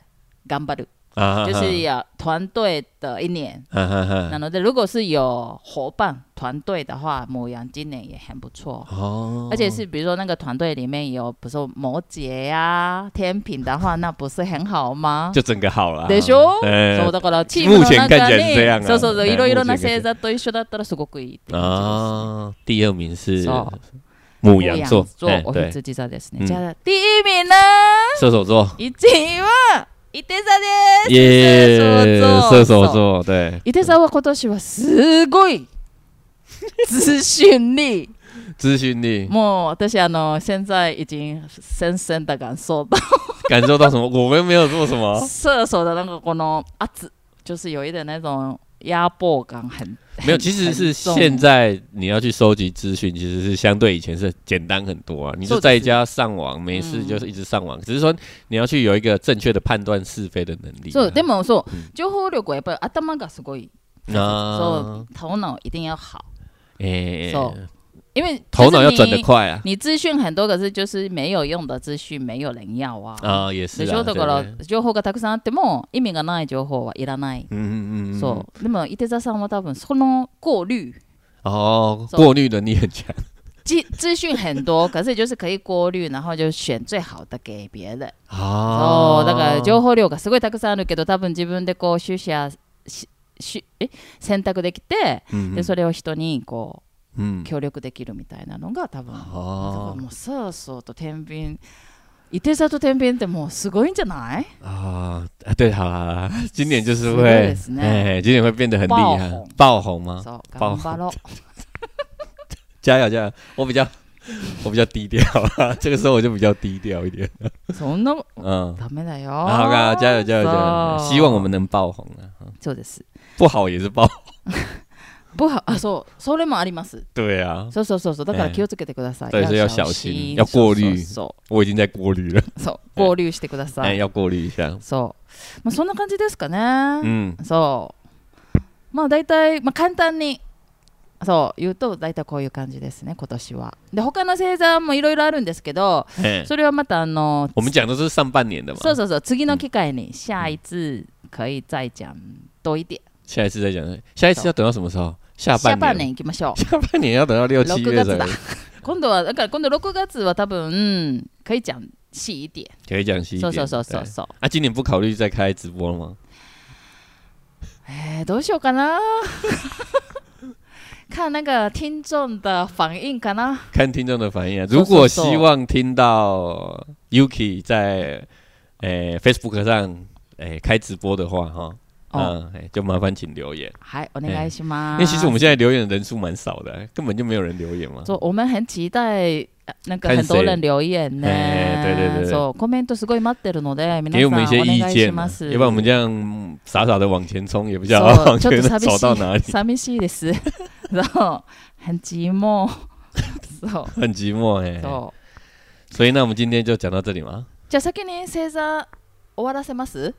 [SPEAKER 1] 頑張る、
[SPEAKER 2] 啊，
[SPEAKER 1] 就是要团队的一年。
[SPEAKER 2] 哈哈哈
[SPEAKER 1] 那。ので如果是有伙伴团队的话，母羊今年也很不错。
[SPEAKER 2] 哦，
[SPEAKER 1] 而且是比如说那个团队里面有，比如说摩羯呀、天平的话，那不是很好吗？
[SPEAKER 2] 就整个好了，
[SPEAKER 1] でしょ？
[SPEAKER 2] 哎
[SPEAKER 1] そうだからチーム
[SPEAKER 2] 目
[SPEAKER 1] の
[SPEAKER 2] 前看
[SPEAKER 1] 中
[SPEAKER 2] 起来是这
[SPEAKER 1] に
[SPEAKER 2] 样、啊
[SPEAKER 1] そうそうそう
[SPEAKER 2] ね
[SPEAKER 1] いろいろな
[SPEAKER 2] 目
[SPEAKER 1] 星
[SPEAKER 2] 前看起
[SPEAKER 1] 座と一緒だったらすごくいいって感
[SPEAKER 2] 啊，第二名是
[SPEAKER 1] そう
[SPEAKER 2] 母
[SPEAKER 1] じで
[SPEAKER 2] 羊
[SPEAKER 1] す。
[SPEAKER 2] 座，
[SPEAKER 1] 座
[SPEAKER 2] 哎
[SPEAKER 1] お
[SPEAKER 2] 对，
[SPEAKER 1] 羊座です
[SPEAKER 2] う
[SPEAKER 1] ね。
[SPEAKER 2] ん
[SPEAKER 1] じゃあ第一名呢？
[SPEAKER 2] 射手座，
[SPEAKER 1] 一位はいて座です。
[SPEAKER 2] 耶，
[SPEAKER 1] 哎射手
[SPEAKER 2] 射手
[SPEAKER 1] 座。
[SPEAKER 2] 座，对，
[SPEAKER 1] 伊手座は今年はすごい自信力。
[SPEAKER 2] 资讯力
[SPEAKER 1] もう私あの现在已经深深的感受到
[SPEAKER 2] 感受到什么？我们没有做什么，
[SPEAKER 1] 射手的那个この圧，就是有一点那种压迫感很，
[SPEAKER 2] 没有，
[SPEAKER 1] 很
[SPEAKER 2] 其实是
[SPEAKER 1] 很重
[SPEAKER 2] 现在你要去收集资讯，其实是相对以前是简单很多啊。你就在家上网，没事就是一直上网，只是说你要去有一个正确的判断是非的能力啊。
[SPEAKER 1] そうでもそう
[SPEAKER 2] うん
[SPEAKER 1] 情報力はやっぱり頭がすごい、
[SPEAKER 2] 啊，
[SPEAKER 1] そう頭脑一定要好，
[SPEAKER 2] 哎，
[SPEAKER 1] そう因为
[SPEAKER 2] 头脑要转得
[SPEAKER 1] 就是
[SPEAKER 2] 快啊。
[SPEAKER 1] 你。你资讯很多，可是就是没有用的资讯，没有人要啊。
[SPEAKER 2] 啊，也是
[SPEAKER 1] でし
[SPEAKER 2] 啊
[SPEAKER 1] ょ
[SPEAKER 2] 对
[SPEAKER 1] だ
[SPEAKER 2] 对
[SPEAKER 1] から
[SPEAKER 2] 对
[SPEAKER 1] 情報がたくさんあっても意味がない情報はいらない。
[SPEAKER 2] 嗯嗯嗯，嗯
[SPEAKER 1] そうでも伊手座さんは多分その过滤。
[SPEAKER 2] 哦，
[SPEAKER 1] So-
[SPEAKER 2] 过滤能力 很强，
[SPEAKER 1] 资资讯很多，可是就是可以过滤，然后就选最好的给别人。
[SPEAKER 2] 哦
[SPEAKER 1] そうだから情報量がすごいたくさんあるけど、多分自分でこう取捨ししえ選択できて、
[SPEAKER 2] 嗯
[SPEAKER 1] でそれを人にこう
[SPEAKER 2] 嗯，
[SPEAKER 1] 協力できるみたいなのが多分。だから
[SPEAKER 2] 哦
[SPEAKER 1] もうそうそうと天秤。伊手座と天秤ってもうすごいんじゃない
[SPEAKER 2] 啊，啊对，好啦，今年就是
[SPEAKER 1] 是的
[SPEAKER 2] 会
[SPEAKER 1] 是，的
[SPEAKER 2] 哎，今年会变得很厉
[SPEAKER 1] 爆
[SPEAKER 2] 害
[SPEAKER 1] 红，
[SPEAKER 2] 爆红吗？
[SPEAKER 1] そう、
[SPEAKER 2] 爆
[SPEAKER 1] 頑張ろう。
[SPEAKER 2] 加油加油，我比较我比较低调 啊，这个时候我就比较低调一点，
[SPEAKER 1] そんな、
[SPEAKER 2] 嗯，
[SPEAKER 1] ダメだよ。
[SPEAKER 2] 好啦，加油加油加
[SPEAKER 1] そう
[SPEAKER 2] 油，希望我们能爆红啊，
[SPEAKER 1] そうです。
[SPEAKER 2] 不好也是爆，
[SPEAKER 1] 不好、あ、そう、それもあります。
[SPEAKER 2] 对啊，
[SPEAKER 1] そうそうそうそうだから
[SPEAKER 2] ええ
[SPEAKER 1] 気をつけてください。
[SPEAKER 2] 对所以要小心要过滤
[SPEAKER 1] そう
[SPEAKER 2] 我已经在过滤了，
[SPEAKER 1] そうそうそう過滤してくださ
[SPEAKER 2] 哎，
[SPEAKER 1] い。
[SPEAKER 2] 要过滤一下，
[SPEAKER 1] そう、まあそんな感じですかね。
[SPEAKER 2] 嗯，
[SPEAKER 1] そう、まあ大体まあ簡単に。そう言うと大体こういう感じですね今年は。で他の星座もいろいろあるんですけど
[SPEAKER 2] 哎，
[SPEAKER 1] それはまたあの
[SPEAKER 2] 我们讲的是上半年的嘛，
[SPEAKER 1] そうそうそう次の機会に下一次可以再讲多一点。
[SPEAKER 2] 下一次再讲，下一次要等到什么时候？下
[SPEAKER 1] 下
[SPEAKER 2] 半
[SPEAKER 1] 半
[SPEAKER 2] 年
[SPEAKER 1] 年行きましょう。
[SPEAKER 2] 下半年要等到六七
[SPEAKER 1] 6
[SPEAKER 2] 月
[SPEAKER 1] 月
[SPEAKER 2] 才
[SPEAKER 1] だ。今度はだから今度6月は多分可以讲细一点。
[SPEAKER 2] 可以讲细一
[SPEAKER 1] そうそ
[SPEAKER 2] 点。
[SPEAKER 1] うそうそ
[SPEAKER 2] 对
[SPEAKER 1] うそう。
[SPEAKER 2] 啊，今年不考虑再开直播了吗？
[SPEAKER 1] 哎，どうしようかな。 看那个听众的反应かな。
[SPEAKER 2] 看听众的反应啊。
[SPEAKER 1] 说
[SPEAKER 2] 如果希望听到 Yuki 在诶、Facebook 上诶、开直播的话，哈，
[SPEAKER 1] 哦，
[SPEAKER 2] 嗯、诶就麻烦请留言。
[SPEAKER 1] 还お願いし
[SPEAKER 2] 因
[SPEAKER 1] ます。
[SPEAKER 2] 为其实我们现在留言的人数蛮少的、根本就没有人留言嘛。
[SPEAKER 1] そう我们很期待呃那个
[SPEAKER 2] 看谁
[SPEAKER 1] 很多人留言呢。
[SPEAKER 2] 哎对对对对
[SPEAKER 1] そうコメントすごい待ってるので、皆
[SPEAKER 2] 给
[SPEAKER 1] さん
[SPEAKER 2] 我
[SPEAKER 1] お
[SPEAKER 2] 们一些
[SPEAKER 1] 願
[SPEAKER 2] 意
[SPEAKER 1] いしま
[SPEAKER 2] 见嘛，
[SPEAKER 1] す。
[SPEAKER 2] 要不然我们这样傻傻的往前冲也不知道
[SPEAKER 1] そう
[SPEAKER 2] 往
[SPEAKER 1] ちょ
[SPEAKER 2] 前
[SPEAKER 1] っと寂
[SPEAKER 2] 走到哪里
[SPEAKER 1] しい、寂しいです。 そう、很寂 寞。そう、
[SPEAKER 2] 很寂寞哎、
[SPEAKER 1] そう。
[SPEAKER 2] 所以那我们今天就讲到这里嘛。
[SPEAKER 1] じゃあ先に星座終わらせます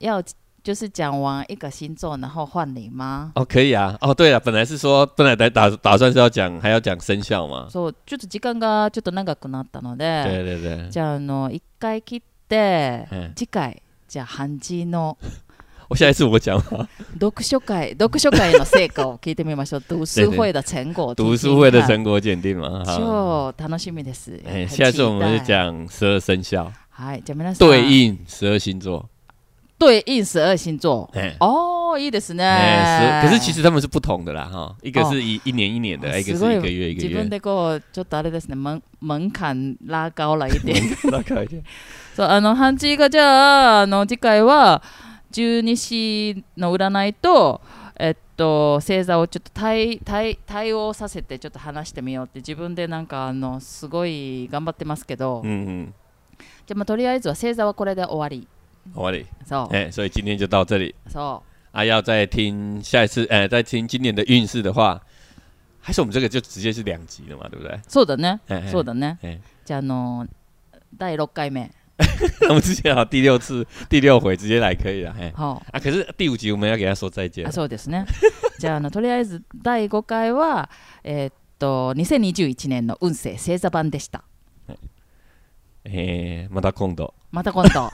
[SPEAKER 1] 要就是讲完一个星座，然后换你吗？
[SPEAKER 2] 哦，可以啊。哦，对了，本来是说本来打打打算是要讲还要讲生肖嘛。
[SPEAKER 1] そう、ちょっと時間がちょっと長くなったので、
[SPEAKER 2] 对对对，
[SPEAKER 1] じゃああの一回切って
[SPEAKER 2] 嗯，
[SPEAKER 1] 次回じゃあ漢字の
[SPEAKER 2] 我下一次我讲嘛
[SPEAKER 1] 読書会読書会の成果を聞いてみまし ょう。读书会的成果，
[SPEAKER 2] 读书会的成果鉴 定嘛。好，
[SPEAKER 1] 果，超楽しみです。
[SPEAKER 2] 哎、
[SPEAKER 1] 很
[SPEAKER 2] 下次我们
[SPEAKER 1] 期
[SPEAKER 2] 就
[SPEAKER 1] 待
[SPEAKER 2] 讲十二生肖
[SPEAKER 1] はい、じゃあ皆さん
[SPEAKER 2] 对应十二星座。
[SPEAKER 1] 对应十二星座。
[SPEAKER 2] 哎、
[SPEAKER 1] 哦，いいですね。
[SPEAKER 2] 哎、十可是其实他们是不同的啦哈，一个
[SPEAKER 1] 哦
[SPEAKER 2] 是一一年一年的，
[SPEAKER 1] 哦
[SPEAKER 2] 一个
[SPEAKER 1] すご
[SPEAKER 2] 是
[SPEAKER 1] い
[SPEAKER 2] 一个月一个
[SPEAKER 1] 自
[SPEAKER 2] 月
[SPEAKER 1] 分。でこうちょっとあれですね門門槛拉高了一 点
[SPEAKER 2] 大概 一下
[SPEAKER 1] そうあのハンチがじゃああの次回は十二支の占いとえっと星座をちょっと対対対応させてちょっと話してみようって自分でなんかあのすごい頑張ってますけど、じ
[SPEAKER 2] 嗯嗯，
[SPEAKER 1] ゃあまあとりあえずは星座はこれで終わり
[SPEAKER 2] 好嘞，
[SPEAKER 1] そう、
[SPEAKER 2] 哎、所以今天就到这里。
[SPEAKER 1] そ
[SPEAKER 2] 啊，要再听下一次，哎、再听今年的运势的话，还是我们这个就直接是两集了嘛，对不对？
[SPEAKER 1] うそうだね
[SPEAKER 2] 哎、哎
[SPEAKER 1] そうだね、
[SPEAKER 2] ええ
[SPEAKER 1] じゃああの第6回目
[SPEAKER 2] 那我们之前好第六次、第六回直接来可以了，哎、
[SPEAKER 1] は
[SPEAKER 2] 啊，可是第五集我们要给他说再见
[SPEAKER 1] あ、そうですね。 じゃああのとりあえず第5回は、えーっと2021年の運勢星座版でした。
[SPEAKER 2] 哎、また今度。
[SPEAKER 1] また今度。